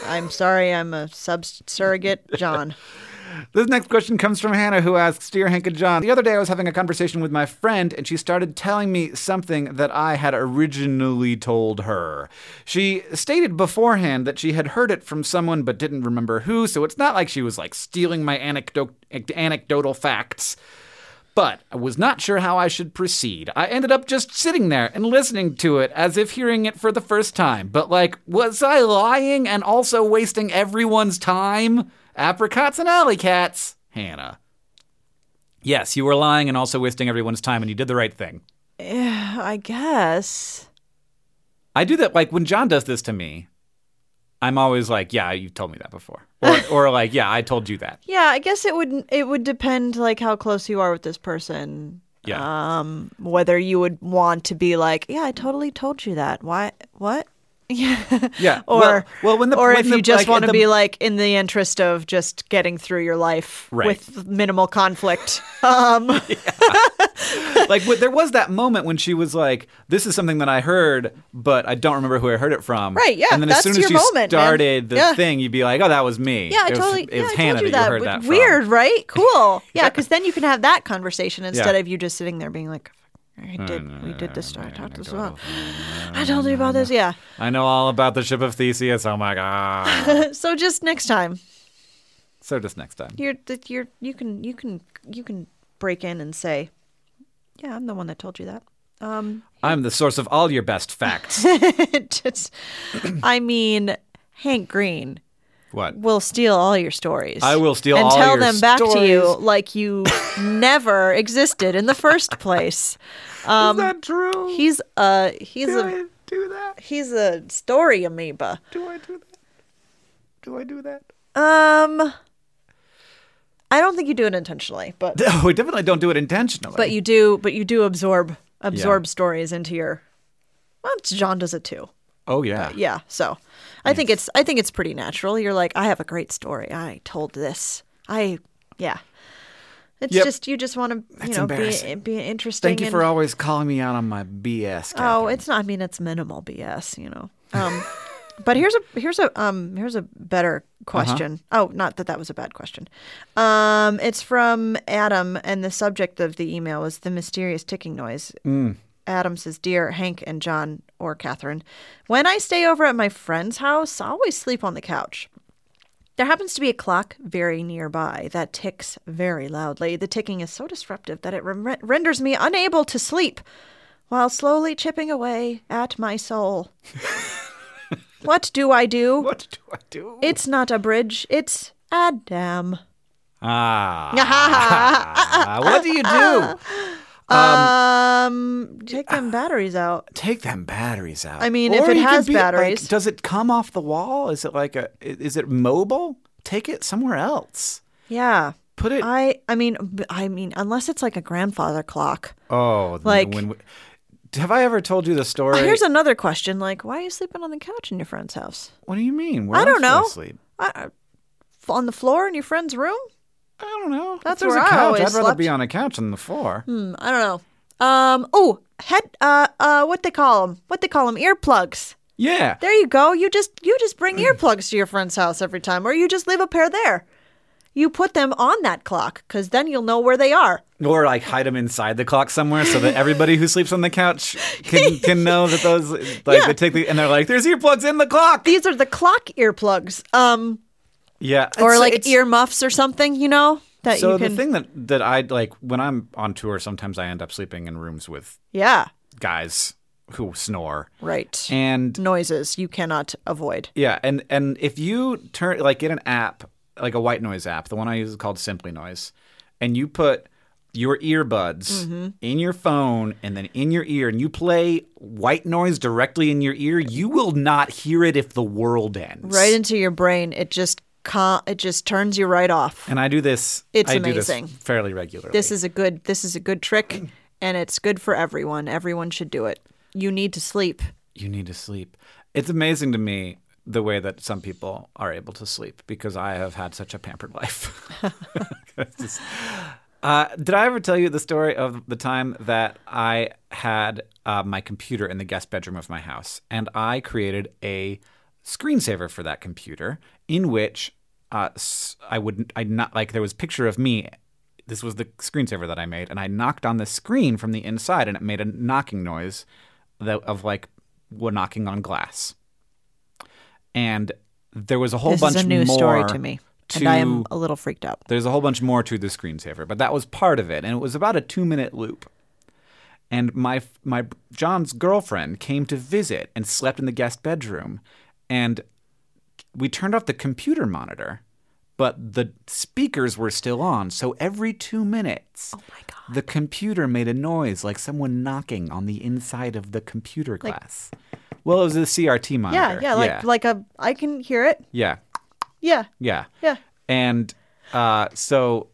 I'm sorry. I'm a sub surrogate John. This next question comes from Hannah, who asks Dear Hank and John, the other day I was having a conversation with my friend, and she started telling me something that I had originally told her. She stated beforehand that she had heard it from someone but didn't remember who, so it's not like she was like stealing my anecdote, anecdotal facts. But I was not sure how I should proceed. I ended up just sitting there and listening to it as if hearing it for the first time. But, like, was I lying and also wasting everyone's time? Apricots and alley cats. Hannah. Yes, you were lying and also wasting everyone's time, and you did the right thing. I guess. I do that, like, when John does this to me, I'm always like, yeah, you told me that before. Or, or like, yeah, I told you that. Yeah, I guess it would it would depend like how close you are with this person. Yeah. Um, whether you would want to be like, yeah, I totally told you that. Why? What? Yeah. Yeah, Or well- well, when the- or when if the- you just like, want to the- be like in the interest of just getting through your life Right. with minimal conflict. um, like wh- there was that moment when she was like, "This is something that I heard, but I don't remember who I heard it from." Right, yeah, And then as that's soon your as she moment, man. started the Yeah. thing, you'd be like, "Oh, that was me." yeah, I it was, totally. It yeah, was I Hannah told you that, you heard W- that. Weird, From. right? Cool. Yeah, because then you can have that conversation instead Yeah. Mm, of you just sitting there being like, I did, we did this, I talked this about, I told you mm, about this. Yeah. I know all about the ship of Theseus. Oh my god! So just next time, so just next time. you're that you're you can you can you can break in and say, "Yeah, I'm the one that told you that." Um, I'm the source of all your best facts. just, I mean, Hank Green what? will steal all your stories. I will steal and all tell your them back to you stories. like you never existed in the first place. is that true? Um, He's a he's a do that? he's a story amoeba. Do I do that? Do I do that? Um, I don't think you do it intentionally, but No, Oh, we definitely don't do it intentionally. But you do, but you do absorb absorb stories into your. Well, it's- John does it too. oh yeah. Yeah, so I think it's I think it's pretty natural. You're like, I have a great story. I told this. I yeah. It's Yep. just you just want to you That's know be embarrassing. be interesting. Thank you and- for always calling me out on my BS. Oh, Catherine. it's not. I mean, it's minimal BS. You know. Um, but here's a here's a um here's a better question. Oh, not that that was a bad question. Um, it's from Adam, and the subject of the email is the mysterious ticking noise. Adam says, "Dear Hank and John or Catherine, when I stay over at my friend's house, I always sleep on the couch. There happens to be a clock very nearby that ticks very loudly. The ticking is so disruptive that it rem- renders me unable to sleep while slowly chipping away at my soul. what do I do? What do I do? It's not a bridge, it's Adam. Ah. what do you do? Um, take them batteries out. Take them batteries out. I mean, if Or it you can has be- like, batteries. does it come off the wall? Is it like a? i- Is it mobile? Take it somewhere else. Yeah. Put it. I I mean b- I mean unless it's like a grandfather clock. oh, like- when we, Have I ever told you the story? Here's another question: Like, why are you sleeping on the couch in your friend's house? what do you mean? Where I don't else do know. sleep? I, I- on the floor in your friend's room? I don't know. If That's there's where a I couch. always I'd rather slept. be on a couch than the floor. Hmm, I don't know. Um. Oh, head. Uh. Uh. What they call them? What they call them? Earplugs. Yeah. There you go. You just you just bring Hmm. earplugs to your friend's house every time, or you just leave a pair there. You put them on that clock because then you'll know where they are. Or like hide them inside the clock somewhere so that everybody who sleeps on the couch can can know that those like Yeah. they take the and they're like there's earplugs in the clock. These are the clock earplugs. Um. Yeah. or it's- like it's- earmuffs or something, you know, that So you can. the thing that that I like when I'm on tour sometimes I end up sleeping in rooms with yeah, guys who snore. right. And Mm. Noises you cannot avoid. Yeah, and and if you turn like get an app, like a white noise app, the one I use is called Simply Noise, and you put your earbuds Mm-hmm. in your phone and then in your ear, and you play white noise directly in your ear, you will not hear it if the world ends. Right into your brain, it just ca- it just turns you right off. And I do this. It's I amazing. Do this fairly regularly. This is a good this is a good trick, and it's good for everyone. Everyone should do it. You need to sleep. you need to sleep. It's amazing to me the way that some people are able to sleep because I have had such a pampered life. It's just- uh, did I ever tell you the story of the time that I had uh, my computer in the guest bedroom of my house and I created a screensaver for that computer in which uh, s- I would I not like there was a picture of me. This was the screensaver that I made, and I knocked on the screen from the inside, and it made a knocking noise that, of like we're knocking on glass. And there was a whole this bunch is a new more story to me, and I am to- a little freaked out. there's a whole bunch more to the screensaver, but that was part of it, and it was about a two minute loop. And my my John's girlfriend came to visit and slept in the guest bedroom, and we turned off the computer monitor, but the speakers were still on. So every two minutes, oh my God. the computer made a noise like someone knocking on the inside of the computer glass. well, it was a CRT Yeah, monitor. yeah, like yeah, like a I can hear it. yeah. Yeah, Yeah. Yeah. And uh so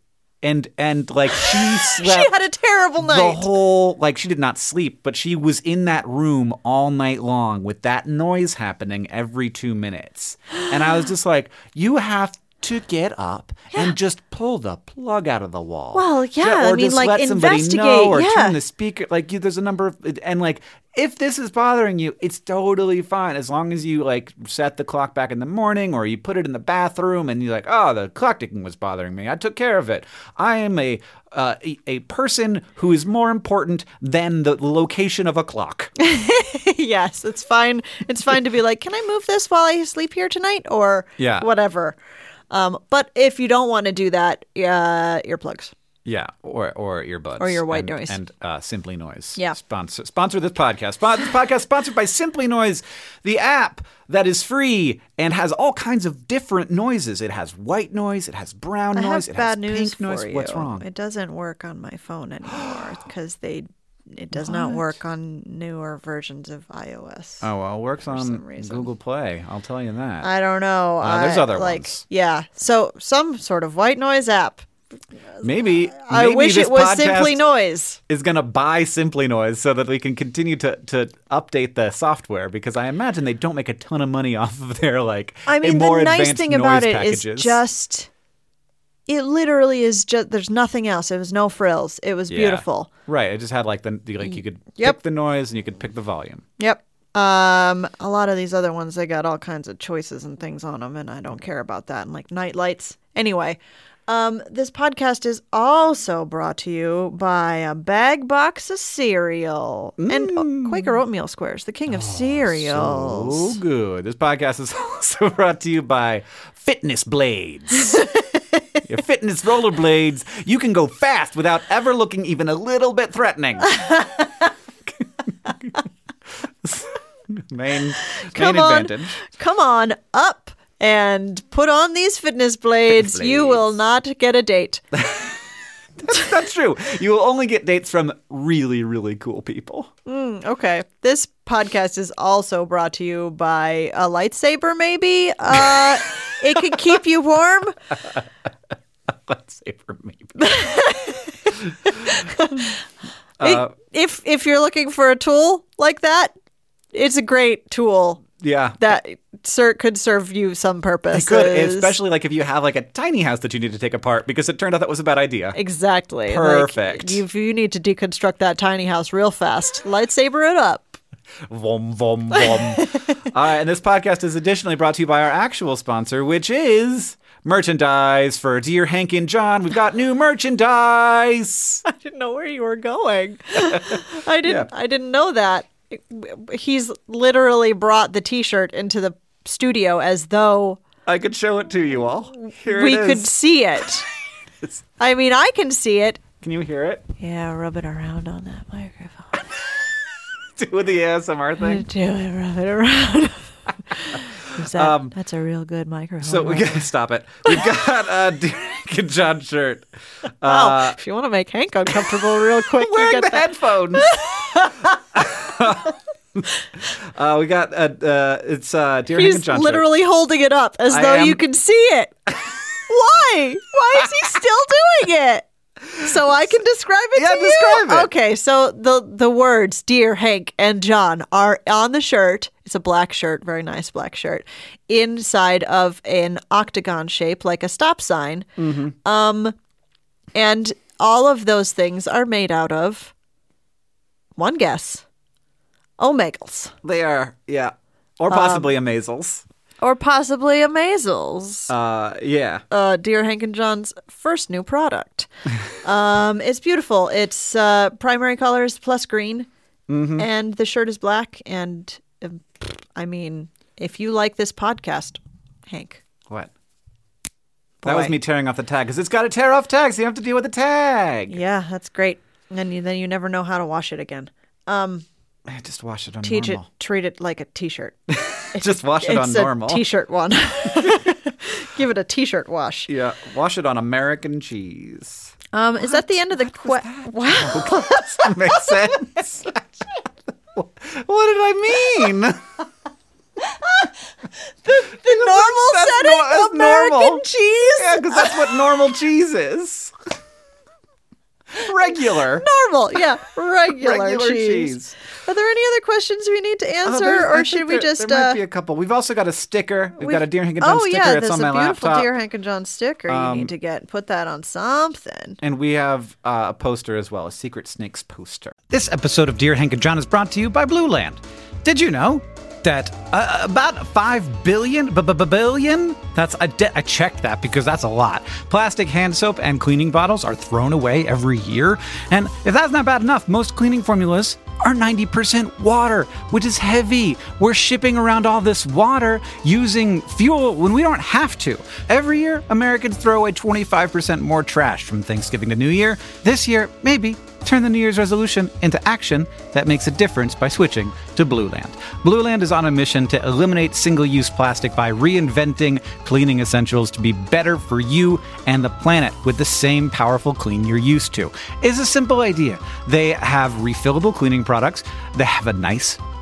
and and like she slept she had a terrible night. the whole like she did not sleep, but she was in that room all night long with that noise happening every 2 minutes. And I was just like, you have to get up and just pull the plug out of the wall. Well, Ju- yeah, I or mean, just like, let somebody know, investigate, or yeah. turn the speaker. Like, you, there's a number of, and like, if this is bothering you, it's totally fine as long as you like set the clock back in the morning or you put it in the bathroom and you're like, oh, the clock ticking was bothering me. I took care of it. I am a uh, a, a person who is more important than the location of a clock. yes, it's fine. It's fine to be like, can I move this while I sleep here tonight or Yeah. whatever. Um, but if you don't want to do that, uh, earplugs. Yeah, or or earbuds Or your white and, noise. and uh, Simply Noise. Yeah. sponsor sponsor this podcast. Spon- this podcast sponsored by Simply Noise, the app that is free and has all kinds of different noises. It has white noise, it has brown I noise, have it bad has news pink noise. for you. What's wrong? It doesn't work on my phone anymore because they it does not work on newer versions of iOS. Oh well, it works some on reason. Google Play. I'll tell you that. I don't know. Uh, there's I- other like, ones. Yeah. So some sort of white noise app. maybe I maybe wish this it was podcast simply noise. Is going to buy Simply Noise so that we can continue to, to update the software because I imagine they don't make a ton of money off of their like I mean, more the nice advanced thing about noise it is packages. just it literally is just there's nothing else. It was no frills. It was Yeah. beautiful. Right. It just had like the like you could Yep. pick the noise and you could pick the volume. Yep. Um, a lot of these other ones, they got all kinds of choices and things on them, and I don't care about that. And like night lights. Anyway, um, this podcast is also brought to you by a bag box of cereal Mm. and uh, Quaker oatmeal squares, the king of cereals. Oh, good. This podcast is also brought to you by Fitness Blades. Your fitness rollerblades. You can go fast without ever looking even a little bit threatening. main Come main on, advantage. come on up and put on these fitness blades. Fitness You blades. will not get a date. That's true. You will only get dates from really, really cool people. Okay. This podcast is also brought to you by a lightsaber, maybe. Uh, it can keep you warm. Let's say for me. Uh, if if you're looking for a tool like that, it's a great tool yeah. that ser- could serve you some purpose. It could, especially like if you have like a tiny house that you need to take apart because it turned out that was a bad idea. exactly. Like, Perfect. you- if you need to deconstruct that tiny house real fast, lightsaber it up. Vom, vom, vom. uh, and this podcast is additionally brought to you by our actual sponsor, which is merchandise for Dear Hank and John. We've got new merchandise. I didn't know where you were going. I didn't. I didn't know that. He's literally brought the T-shirt into the studio as though I could show it to you all. Here we it could is. see it. I mean, I can see it. Can you hear it? Yeah, rub it around on that microphone. Do the ASMR thing. Do it, rub it around. Is that, that's a real good microphone. Um, So we rub. gotta stop it. We've got a Dear Hank and John shirt. oh, if you want to make Hank uncomfortable real quick, you uh, wearing get the that. headphones. uh, we got uh, uh, it's uh, Dear Hank and He's John. shirt. literally holding it up as I though you am- can see it. Why? Why is he still doing it? So I can describe it Yeah, to you? describe it. Okay, so the the words "Dear Hank and John" are on the shirt. It's a black shirt, very nice black shirt, inside of an octagon shape like a stop sign. Um, Mm-hmm. and all of those things are made out of one guess, omegals. They are, yeah, or possibly Um, amazels. Or possibly amazels. Uh, yeah, uh, Dear Hank and John's first new product. um, it's beautiful. It's uh, primary color is plus green, Mm-hmm. and the shirt is black. And um, I mean, if you like this podcast, Hank, what? That was Boy. me tearing off the tag because it's got to tear off tags. So you have to deal with the tag. yeah, that's great. And you, then you never know how to wash it again. Eh, Just wash it on Teach normal. it, treat it like a t-shirt. Just wash it on it's a normal. t-shirt one. Give it a t-shirt wash. yeah, wash it on American cheese. Um, is that the end of the question? Wow. Does that make sense? what did I mean? The normal that's setting, nor- that's American normal. cheese. Yeah, because that's what normal cheese is. Regular. normal, yeah, regular, Regular cheese. cheese. Are there any other questions we need to Oh, answer, there's- I or think should we there- just? There might uh, be a couple. We've also got a sticker. We've, we've- got a Dear Hank and John oh sticker. yeah, it's on there's a my beautiful laptop. Um, Dear Hank and John sticker. you need to get put that on something. and we have uh, a poster as well, a Secret Snakes poster. This episode of Dear Hank and John is brought to you by Blue Land. Did you know that uh, about 5 billion, b- b- b- billion? That's I, de- I checked that because that's a lot. Plastic hand soap and cleaning bottles are thrown away every year. And if that's not bad enough, most cleaning formulas are 90% water, which is heavy. We're shipping around all this water using fuel when we don't have to. Every year, Americans throw away 25% more trash from Thanksgiving to New Year. This year, maybe turn the New Year's resolution into action that makes a difference by switching to Blue Land. Blue Land is on a mission to eliminate single use plastic by reinventing cleaning essentials to be better for you and the planet with the same powerful clean you're used to. It's a simple idea. They have refillable cleaning products, they have a nice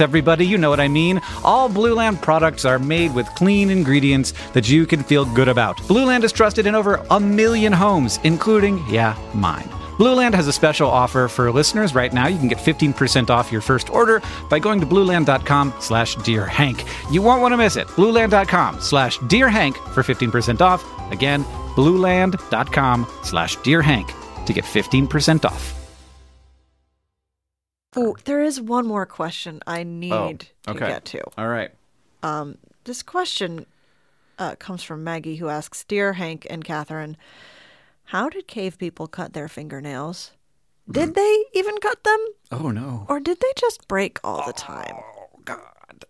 everybody, you know what I mean. All Blue Land products are made with clean ingredients that you can feel good about. Blue Land is trusted in over a million homes, including, yeah, mine. Blue Land has a special offer for listeners right now. You can get 15% off your first order by going to blueland.com slash Dear Hank. You won't want to miss it. blueland.com slash Dear Hank for 15% off. Again, blueland.com slash Dear Hank to get 15% off. Ooh, there is one more question I need to Oh, okay. get to. Um, All right. This question uh, comes from Maggie, who asks, "Dear Hank and Catherine, how did cave people cut their fingernails? Did they even cut them, Oh no. or did they just break all the time?" Oh god.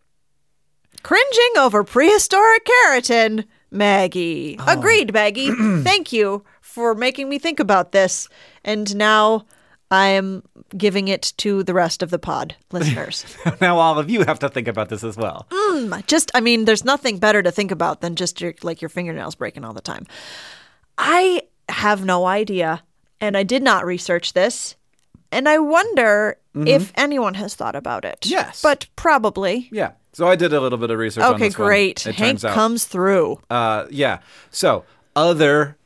Cringing over prehistoric keratin, Maggie. Agreed, Maggie. Thank you for making me think about this. And now I'm giving it to the rest of the pod listeners. now all of you have to think about this as well. Mm. just I mean, there's nothing better to think about than just your like your fingernails breaking all the time. I have no idea, and I did not research this, and I wonder if anyone has thought about it. Mm-hmm. Yes. but probably. Yeah. So I did a little bit of research on Okay, this one. great. It Hank turns out. comes through. uh, yeah. So other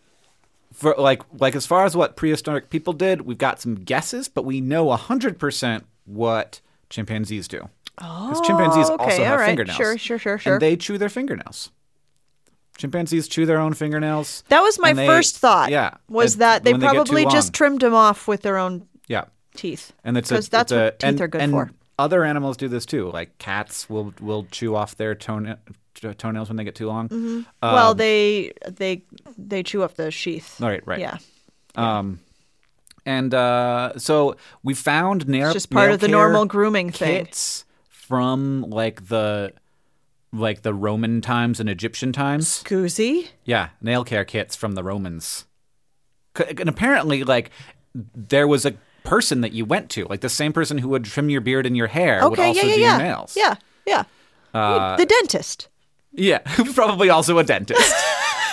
for like like as far as what prehistoric people did, we've got some guesses, but we know hundred percent what chimpanzees do. Because chimpanzees Oh, okay, also have all right. fingernails. Sure, sure, sure, sure. And they chew their fingernails. Chimpanzees chew their own fingernails. that was my and they- first thought. Yeah. was and that they when get probably too just long. trimmed him off with their own yeah. teeth. And it's a- because that's it's a- what teeth and- are good and for. Other animals do this too. Like cats will will chew off their tone, uh, toenails when they get too long. Mm-hmm. well, they they they chew up the sheath. um, All right, right. Yeah, And uh, so we found nail. it's just part nail of the care normal grooming thing. kits from like the like the Roman times and Egyptian times. Scoozy. Yeah, nail care kits from the Romans. C- And apparently, like there was a person that you went to, like the same person who would trim your beard and your hair would Okay, also yeah, yeah, do yeah. your nails. Uh, Yeah, yeah. the dentist. yeah, probably also a dentist.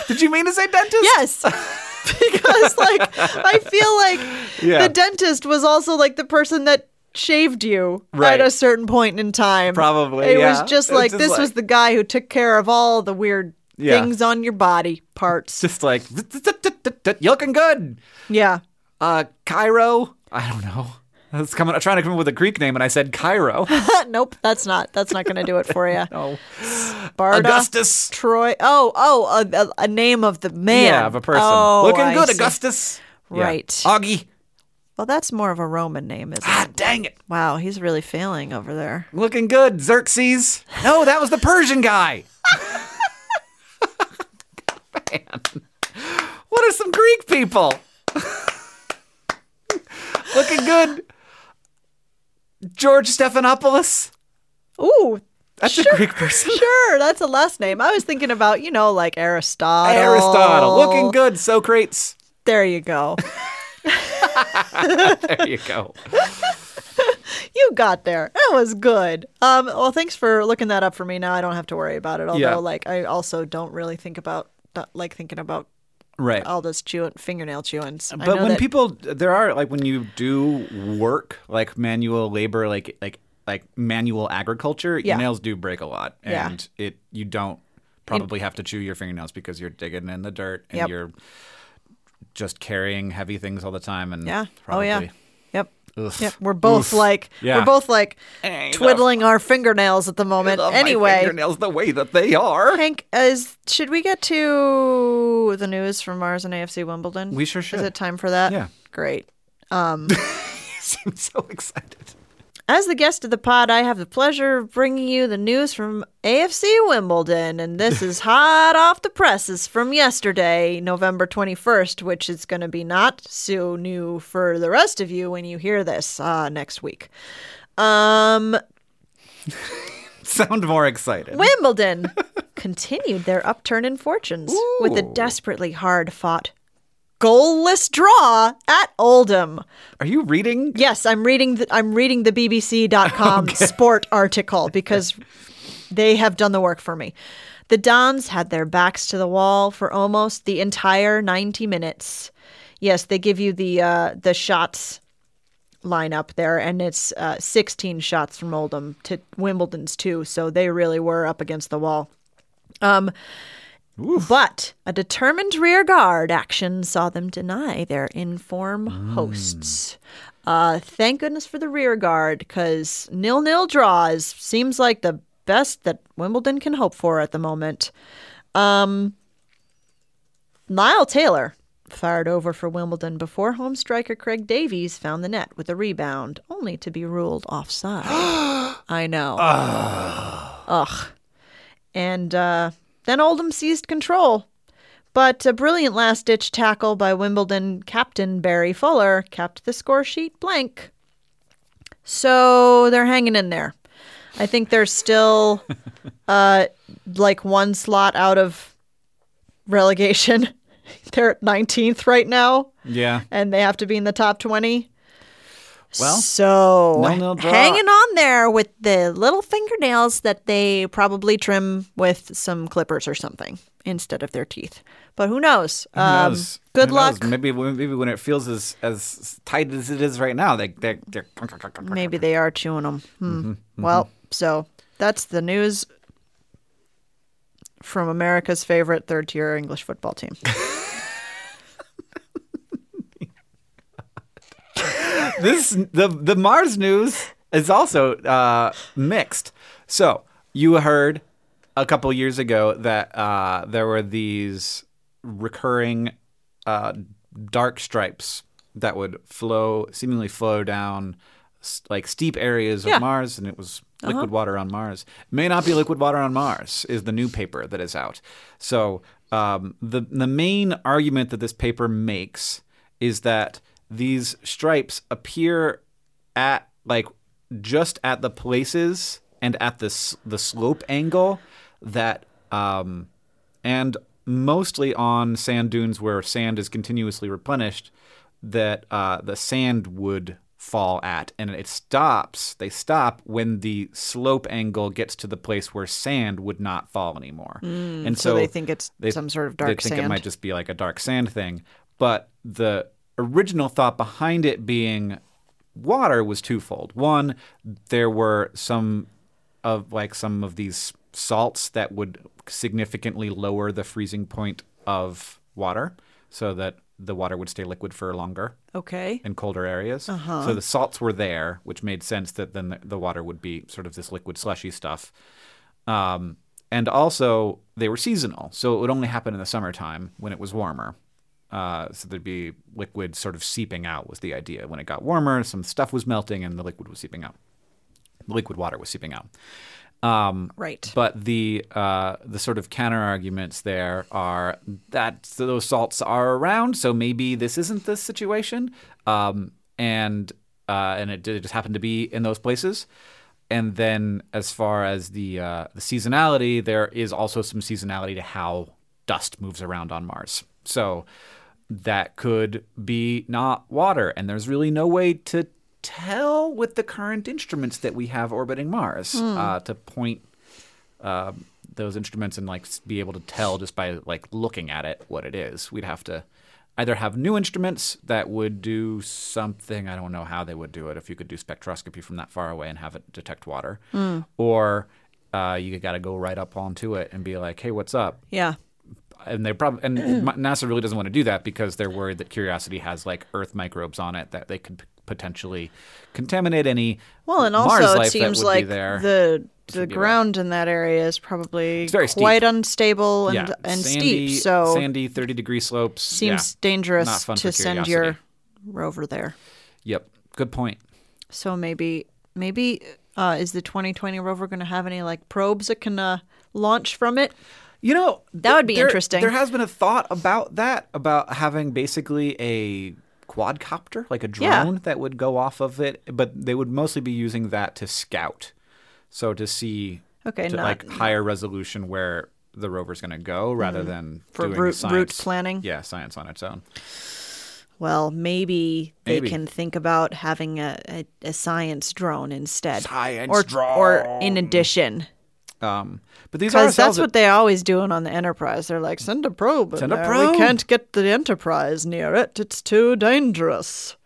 Did you mean to say dentist? Yes. because like I feel like Yeah. the dentist was also like the person that shaved you Right. at a certain point in time. Probably, It yeah. was just It's like just this like- was the guy who took care of all the weird Yeah. things on your body parts. Just like you're looking good. yeah. uh Cairo. I don't know. That's coming. I'm trying to come up with a Greek name, and I said Cairo. nope, that's not that's not going to do it for you. No. Barda, Augustus. Troy. Oh, oh, a, a, a name of the man. Yeah, of a person. Oh, Looking I good, see. Augustus. Yeah. Right. Augie. Well, that's more of a Roman name, isn't it? Ah, dang it. Wow, he's really failing over there. Looking good, Xerxes. No, that was the Persian guy. Man. What are some Greek people? Looking good. George Stephanopoulos. Ooh, That's a Greek person. Sure, that's a last name. I was thinking about, you know, like Aristotle. Aristotle. Looking good, Socrates. There you go. There you go. You got there. That was good. Um, well, thanks for looking that up for me. Now I don't have to worry about it. Although, Yeah. like, I also don't really think about not like thinking about Right. all this chewing, fingernail chewings. I Uh, but know when that- people there are like when you do work like manual labor like like like manual agriculture Yeah. your nails do break a lot Yeah. and it you don't probably have to chew your fingernails because you're digging in the dirt and Yep. you're just carrying heavy things all the time and yeah, probably oh yeah, yep. Oof. Yep. We're both like Yeah. we're both like Eh, twiddling our fingernails at the moment. Love my Anyway, fingernails the way that they are Hank, is should we get to the news from Mars and AFC Wimbledon? We sure Is should. it time for that? Yeah. Great. i'm so excited As the guest of the pod, I have the pleasure of bringing you the news from AFC Wimbledon, and this is hot off the presses from yesterday, November 21st, which is going to be not so new for the rest of you when you hear this uh, next week. Um, sound more excited Wimbledon continued their upturn in fortunes with a desperately hard fought goalless draw at Oldham. are you reading Yes, I'm reading the, I'm reading the bbc.com sport article because they have done the work for me. The Dons had their backs to the wall for almost the entire 90 minutes. Yes, they give you the uh, the shots lineup there, and it's uh, 16 shots from Oldham to Wimbledon's two, so they really were up against the wall. Um, but a determined rear guard action saw them deny their inform hosts. Uh, thank goodness for the rear guard, because nil nil draws seems like the best that Wimbledon can hope for at the moment. Niall Taylor fired over for Wimbledon before home striker Craig Davies found the net with a rebound, only to be ruled offside. I know. Ugh. And uh, then Oldham seized control. But a brilliant last ditch tackle by Wimbledon captain Barry Fuller kept the score sheet blank. So they're hanging in there. I think they're still uh, like one slot out of relegation. They're at 19th right now, yeah and they have to be in the top 20. Well, so nil-nil draw. hanging on there with the little fingernails that they probably trim with some clippers or something instead of their teeth. But who knows? Who Um, knows? Good Who knows? luck. Maybe maybe when it feels as as tight as it is right now, they they they're Maybe they are chewing them. Mm-hmm, Well, so that's the news from America's favorite third tier English football team. this the the Mars news is also uh, mixed. So you heard a couple years ago that uh, there were these recurring uh, dark stripes that would flow, seemingly flow down s- like steep areas Yeah. of Mars, and it was liquid water on Mars. May not be liquid water on Mars is the new paper that is out. So um, the the main argument that this paper makes is that these stripes appear at like just at the places and at the s- the slope angle that um, and mostly on sand dunes where sand is continuously replenished that uh, the sand would fall at and it stops they stop when the slope angle gets to the place where sand would not fall anymore and Mm, so they think it's some sort of dark they think sand. it might just be like a dark sand thing but the original thought behind it being water was twofold one there were some of like some of these salts that would significantly lower the freezing point of water so that the water would stay liquid for longer Okay. in colder areas. So the salts were there, which made sense that then the, the water would be sort of this liquid slushy stuff. Um, and also, they were seasonal, so it would only happen in the summertime when it was warmer. Uh, so there'd be liquid sort of seeping out was the idea. When it got warmer, some stuff was melting and the liquid was seeping out. The liquid water was seeping out. Um, Right. But the uh, the sort of counter arguments there are that those salts are around, so maybe this isn't this situation, um, and uh, and it, did- it just happened to be in those places. And then, as far as the uh, the seasonality, there is also some seasonality to how dust moves around on Mars. So that could be not water, and there's really no way to tell with the current instruments that we have orbiting Mars uh, to point um, those instruments and like s- be able to tell just by like looking at it what it is. We'd have to either have new instruments that would do something. I don't know how they would do it. If you could do spectroscopy from that far away and have it detect water, or uh, you got to go right up onto it and be like, "Hey, what's up?" yeah. and they probably and m- NASA really doesn't want to do that because they're worried that Curiosity has like Earth microbes on it that they could p- potentially contaminate any Well, and also Mars it life seems that would like be there. the the would be ground in that area is probably very steep. quite unstable and and sandy, steep. So sandy, thirty degree slopes seems Yeah. Not dangerous fun to for send your curiosity. rover there. Yep, good point. So maybe maybe uh, is the 2020 rover going to have any like probes that can uh, launch from it? You know That would be there- interesting. There has been a thought about that about having basically a quadcopter, like a Yeah. drone that would go off of it, but they would mostly be using that to scout, so to see Okay, to not- like higher resolution where the rover's going to go rather Mm-hmm. than For doing the route- route science- planning? Yeah, science on its own. Well, maybe they Maybe. can think about having a, a, a science drone instead. Science or, Or in drone. addition. Um, but these are cells Because that's that- what they're always doing on the Enterprise. They're like, send a probe. in Send a there. probe." We can't get the Enterprise near it. It's too dangerous.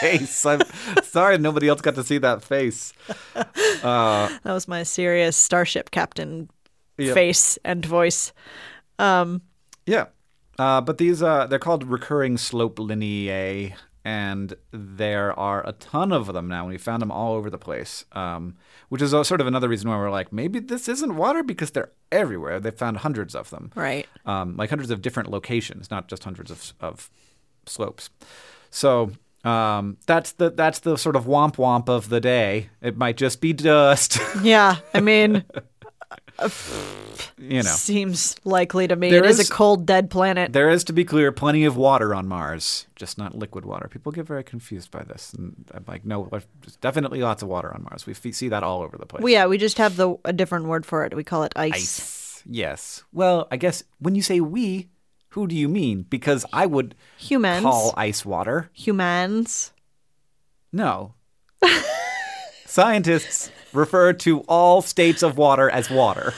face. I'm sorry, nobody else got to see that face. That was my serious Starship Captain Yep. face and voice. Yeah. Uh, but these uh, they're called recurring slope lineae, and there are a ton of them now. And we found them all over the place, um, which is uh, sort of another reason why we're like, maybe this isn't water because they're everywhere. They found hundreds of them, Right. um, like hundreds of different locations, not just hundreds of, of slopes. So um, that's the that's the sort of womp womp of the day. It might just be dust, Yeah. I mean, you know. seems likely to me. There it is, is- a cold, dead planet. There is, to be clear, plenty of water on Mars, just not liquid water. People get very confused by this. And Mm, I'm like, no, there's definitely lots of water on Mars. We f- see that all over the place. Well, yeah, we just have the a different word for it. We call it ice. Yes. Well, I guess when you say we, Who do you mean? Because I would Humans. call ice water. Humans. No. Scientists refer to all states of water as water.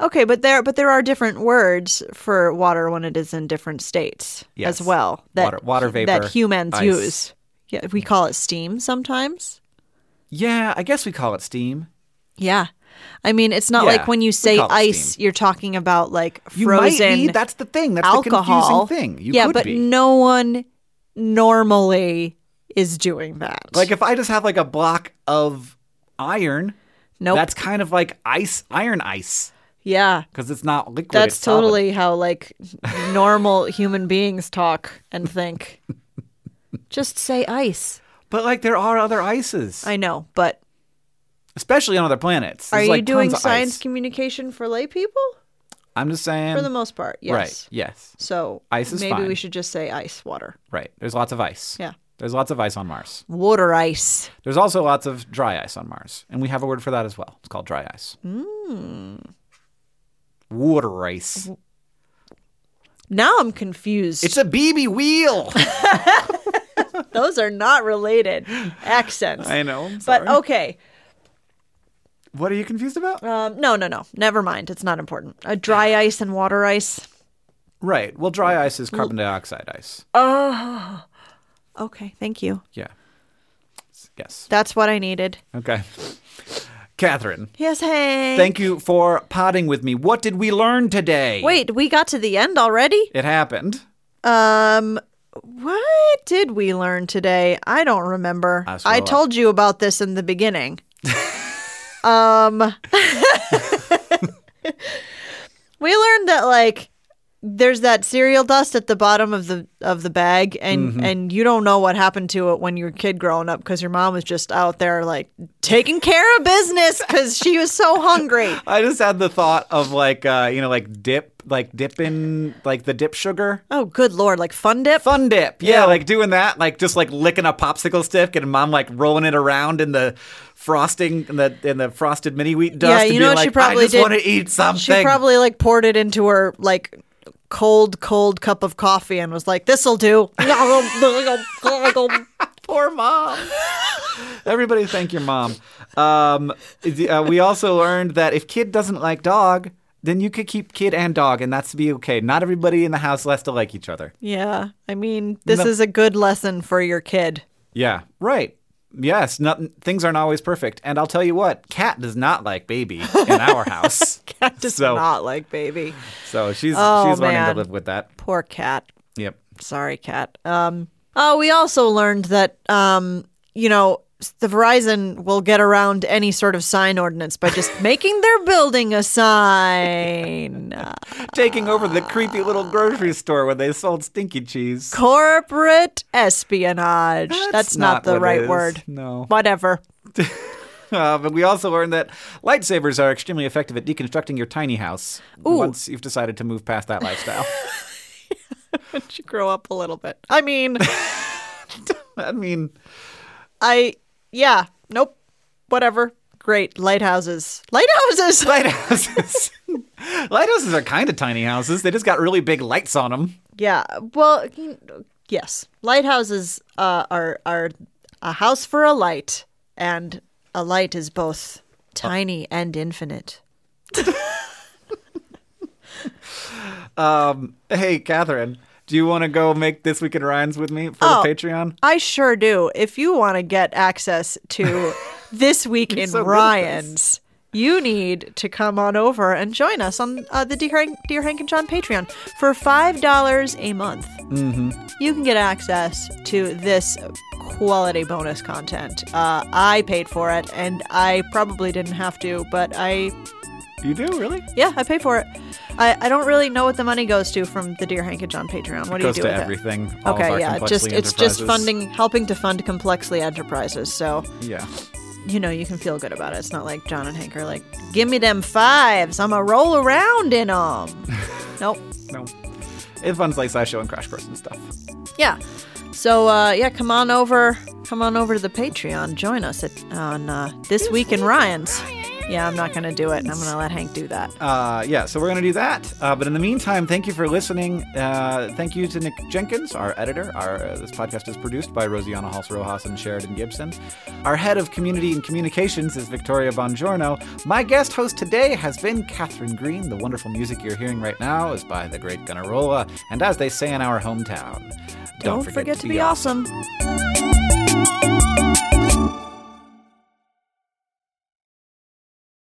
Okay, but there but there are different words for water when it is in different states Yes. as well. Water- water vapor, that humans ice. use. Yeah, we call it steam sometimes. Yeah, I guess we call it steam. Yeah. I mean, it's not Yeah, like when we you say call it ice, steam. you're talking about like You frozen might be. That's the thing. That's alcohol. the confusing thing. You yeah, could but be. no one normally is doing that. Like if I just have like a block of iron, nope. that's kind of like ice, iron ice, yeah. because it's not liquid. That's it's solid. totally how like normal human beings talk and think. Just say ice. But like there are other ices, I know, but especially on other planets. are There's, you like, doing tons of science Ice. communication for lay people? I'm just saying. For the most part, yes. Right. Yes. So Ice is maybe we fine. should just say ice water. Right. There's lots of ice. Yeah. There's lots of ice on Mars. Water ice. There's also lots of dry ice on Mars, and we have a word for that as well. It's called dry ice. Water ice. Now I'm confused. It's a BB wheel. Those are not related accents. I know. I'm But sorry. okay. What are you confused about? Um, no, no, no. Never mind. It's not important. Uh, dry ice and water ice. Right. Well, dry ice is carbon dioxide ice. Okay, thank you. Yeah. Yes. That's what I needed. Okay. Catherine, Yes, hey. Uh, thank you for potting with me. What did we learn today? Wait, we got to the end already? It happened. Um, what did we learn today? I don't remember. I scroll I up. told you about this in the beginning. um, we learned that like there's that cereal dust at the bottom of the of the bag, and Mm-hmm. and you don't know what happened to it when you were a kid growing up because your mom was just out there like taking care of business because she was so hungry. I just had the thought of like, uh, you know, like dip, like dip in, like the dip sugar. Oh, good lord! Like fun dip. Fun dip. Yeah, Yeah. like doing that, like just like licking a popsicle stick and mom like rolling it around in the frosting in the in the frosted mini wheat dust Yeah, and you being know what like, she probably I just did? want to eat something. She probably like poured it into her like cold, cold cup of coffee and was like, "This'll do." Poor mom. Everybody thank your mom. Um, the- uh, we also learned that if kid doesn't like dog, then you could keep kid and dog, and that's to be okay. Not everybody in the house has to like each other. yeah, I mean, this No. is a good lesson for your kid. Yeah, right. Yes, nothing, things aren't always perfect. And I'll tell you what, Cat does not like baby in our house. Cat does So- not like baby. so she's Oh, she's learning man. to live with that. Poor cat. Yep. Sorry, cat. Um, oh, we also learned that um, you know. The Verizon will get around any sort of sign ordinance by just making their building a sign. Taking over the creepy little grocery store where they sold stinky cheese. corporate espionage. That's, not, what the it right is. word. No. Whatever. Uh, but we also learned that lightsabers are extremely effective at deconstructing your tiny house once you've decided to move past that lifestyle. Should grow up a little bit. I mean, I mean, I yeah. Nope. Whatever. Great lighthouses. Lighthouses. lighthouses. lighthouses are kind of tiny houses. They just got really big lights on them. yeah. Well, yes. Lighthouses uh, are are a house for a light, and a light is both tiny and infinite. Um, Hey, Catherine, do you want to go make This Week in Ryan's with me for Oh. the Patreon? I sure do. If you want to get access to This Week in so good at Ryan's, you need to come on over and join us on uh, the Dear Hank, Dear Hank and John Patreon. For $5 a month, Mm-hmm. you can get access to this quality bonus content. Uh, I paid for it, and I probably didn't have to, but I You do, really? yeah, I pay for it. I, I don't really know what the money goes to from the Dear Hank and John Patreon. What do goes you do to with everything. Oh, It? all of Okay, our yeah, Complexly just it's just Enterprises. funding, helping to fund Complexly Enterprises. So Yeah. you know you can feel good about it. It's not like John and Hank are like, "Give me them fives, I'ma roll around in them." nope. No. It funds like SciShow and Crash Course and stuff. Yeah. So uh, yeah, come on over, come on over to the Patreon. Join us at, on uh, this week in Ryan's. Ryan's. Yeah, I'm not going to do it. I'm going to let Hank do that. Uh, yeah, so we're going to do that. Uh, but in the meantime, thank you for listening. Uh, thank you to Nick Jenkins, our editor. Our uh, This podcast is produced by Rosianna Hals Rojas and Sheridan Gibson. Our head of community and communications is Victoria Bongiorno. My guest host today has been Catherine Green. The wonderful music you're hearing right now is by the great Gunnarola. And as they say in our hometown, Don't forget to be awesome.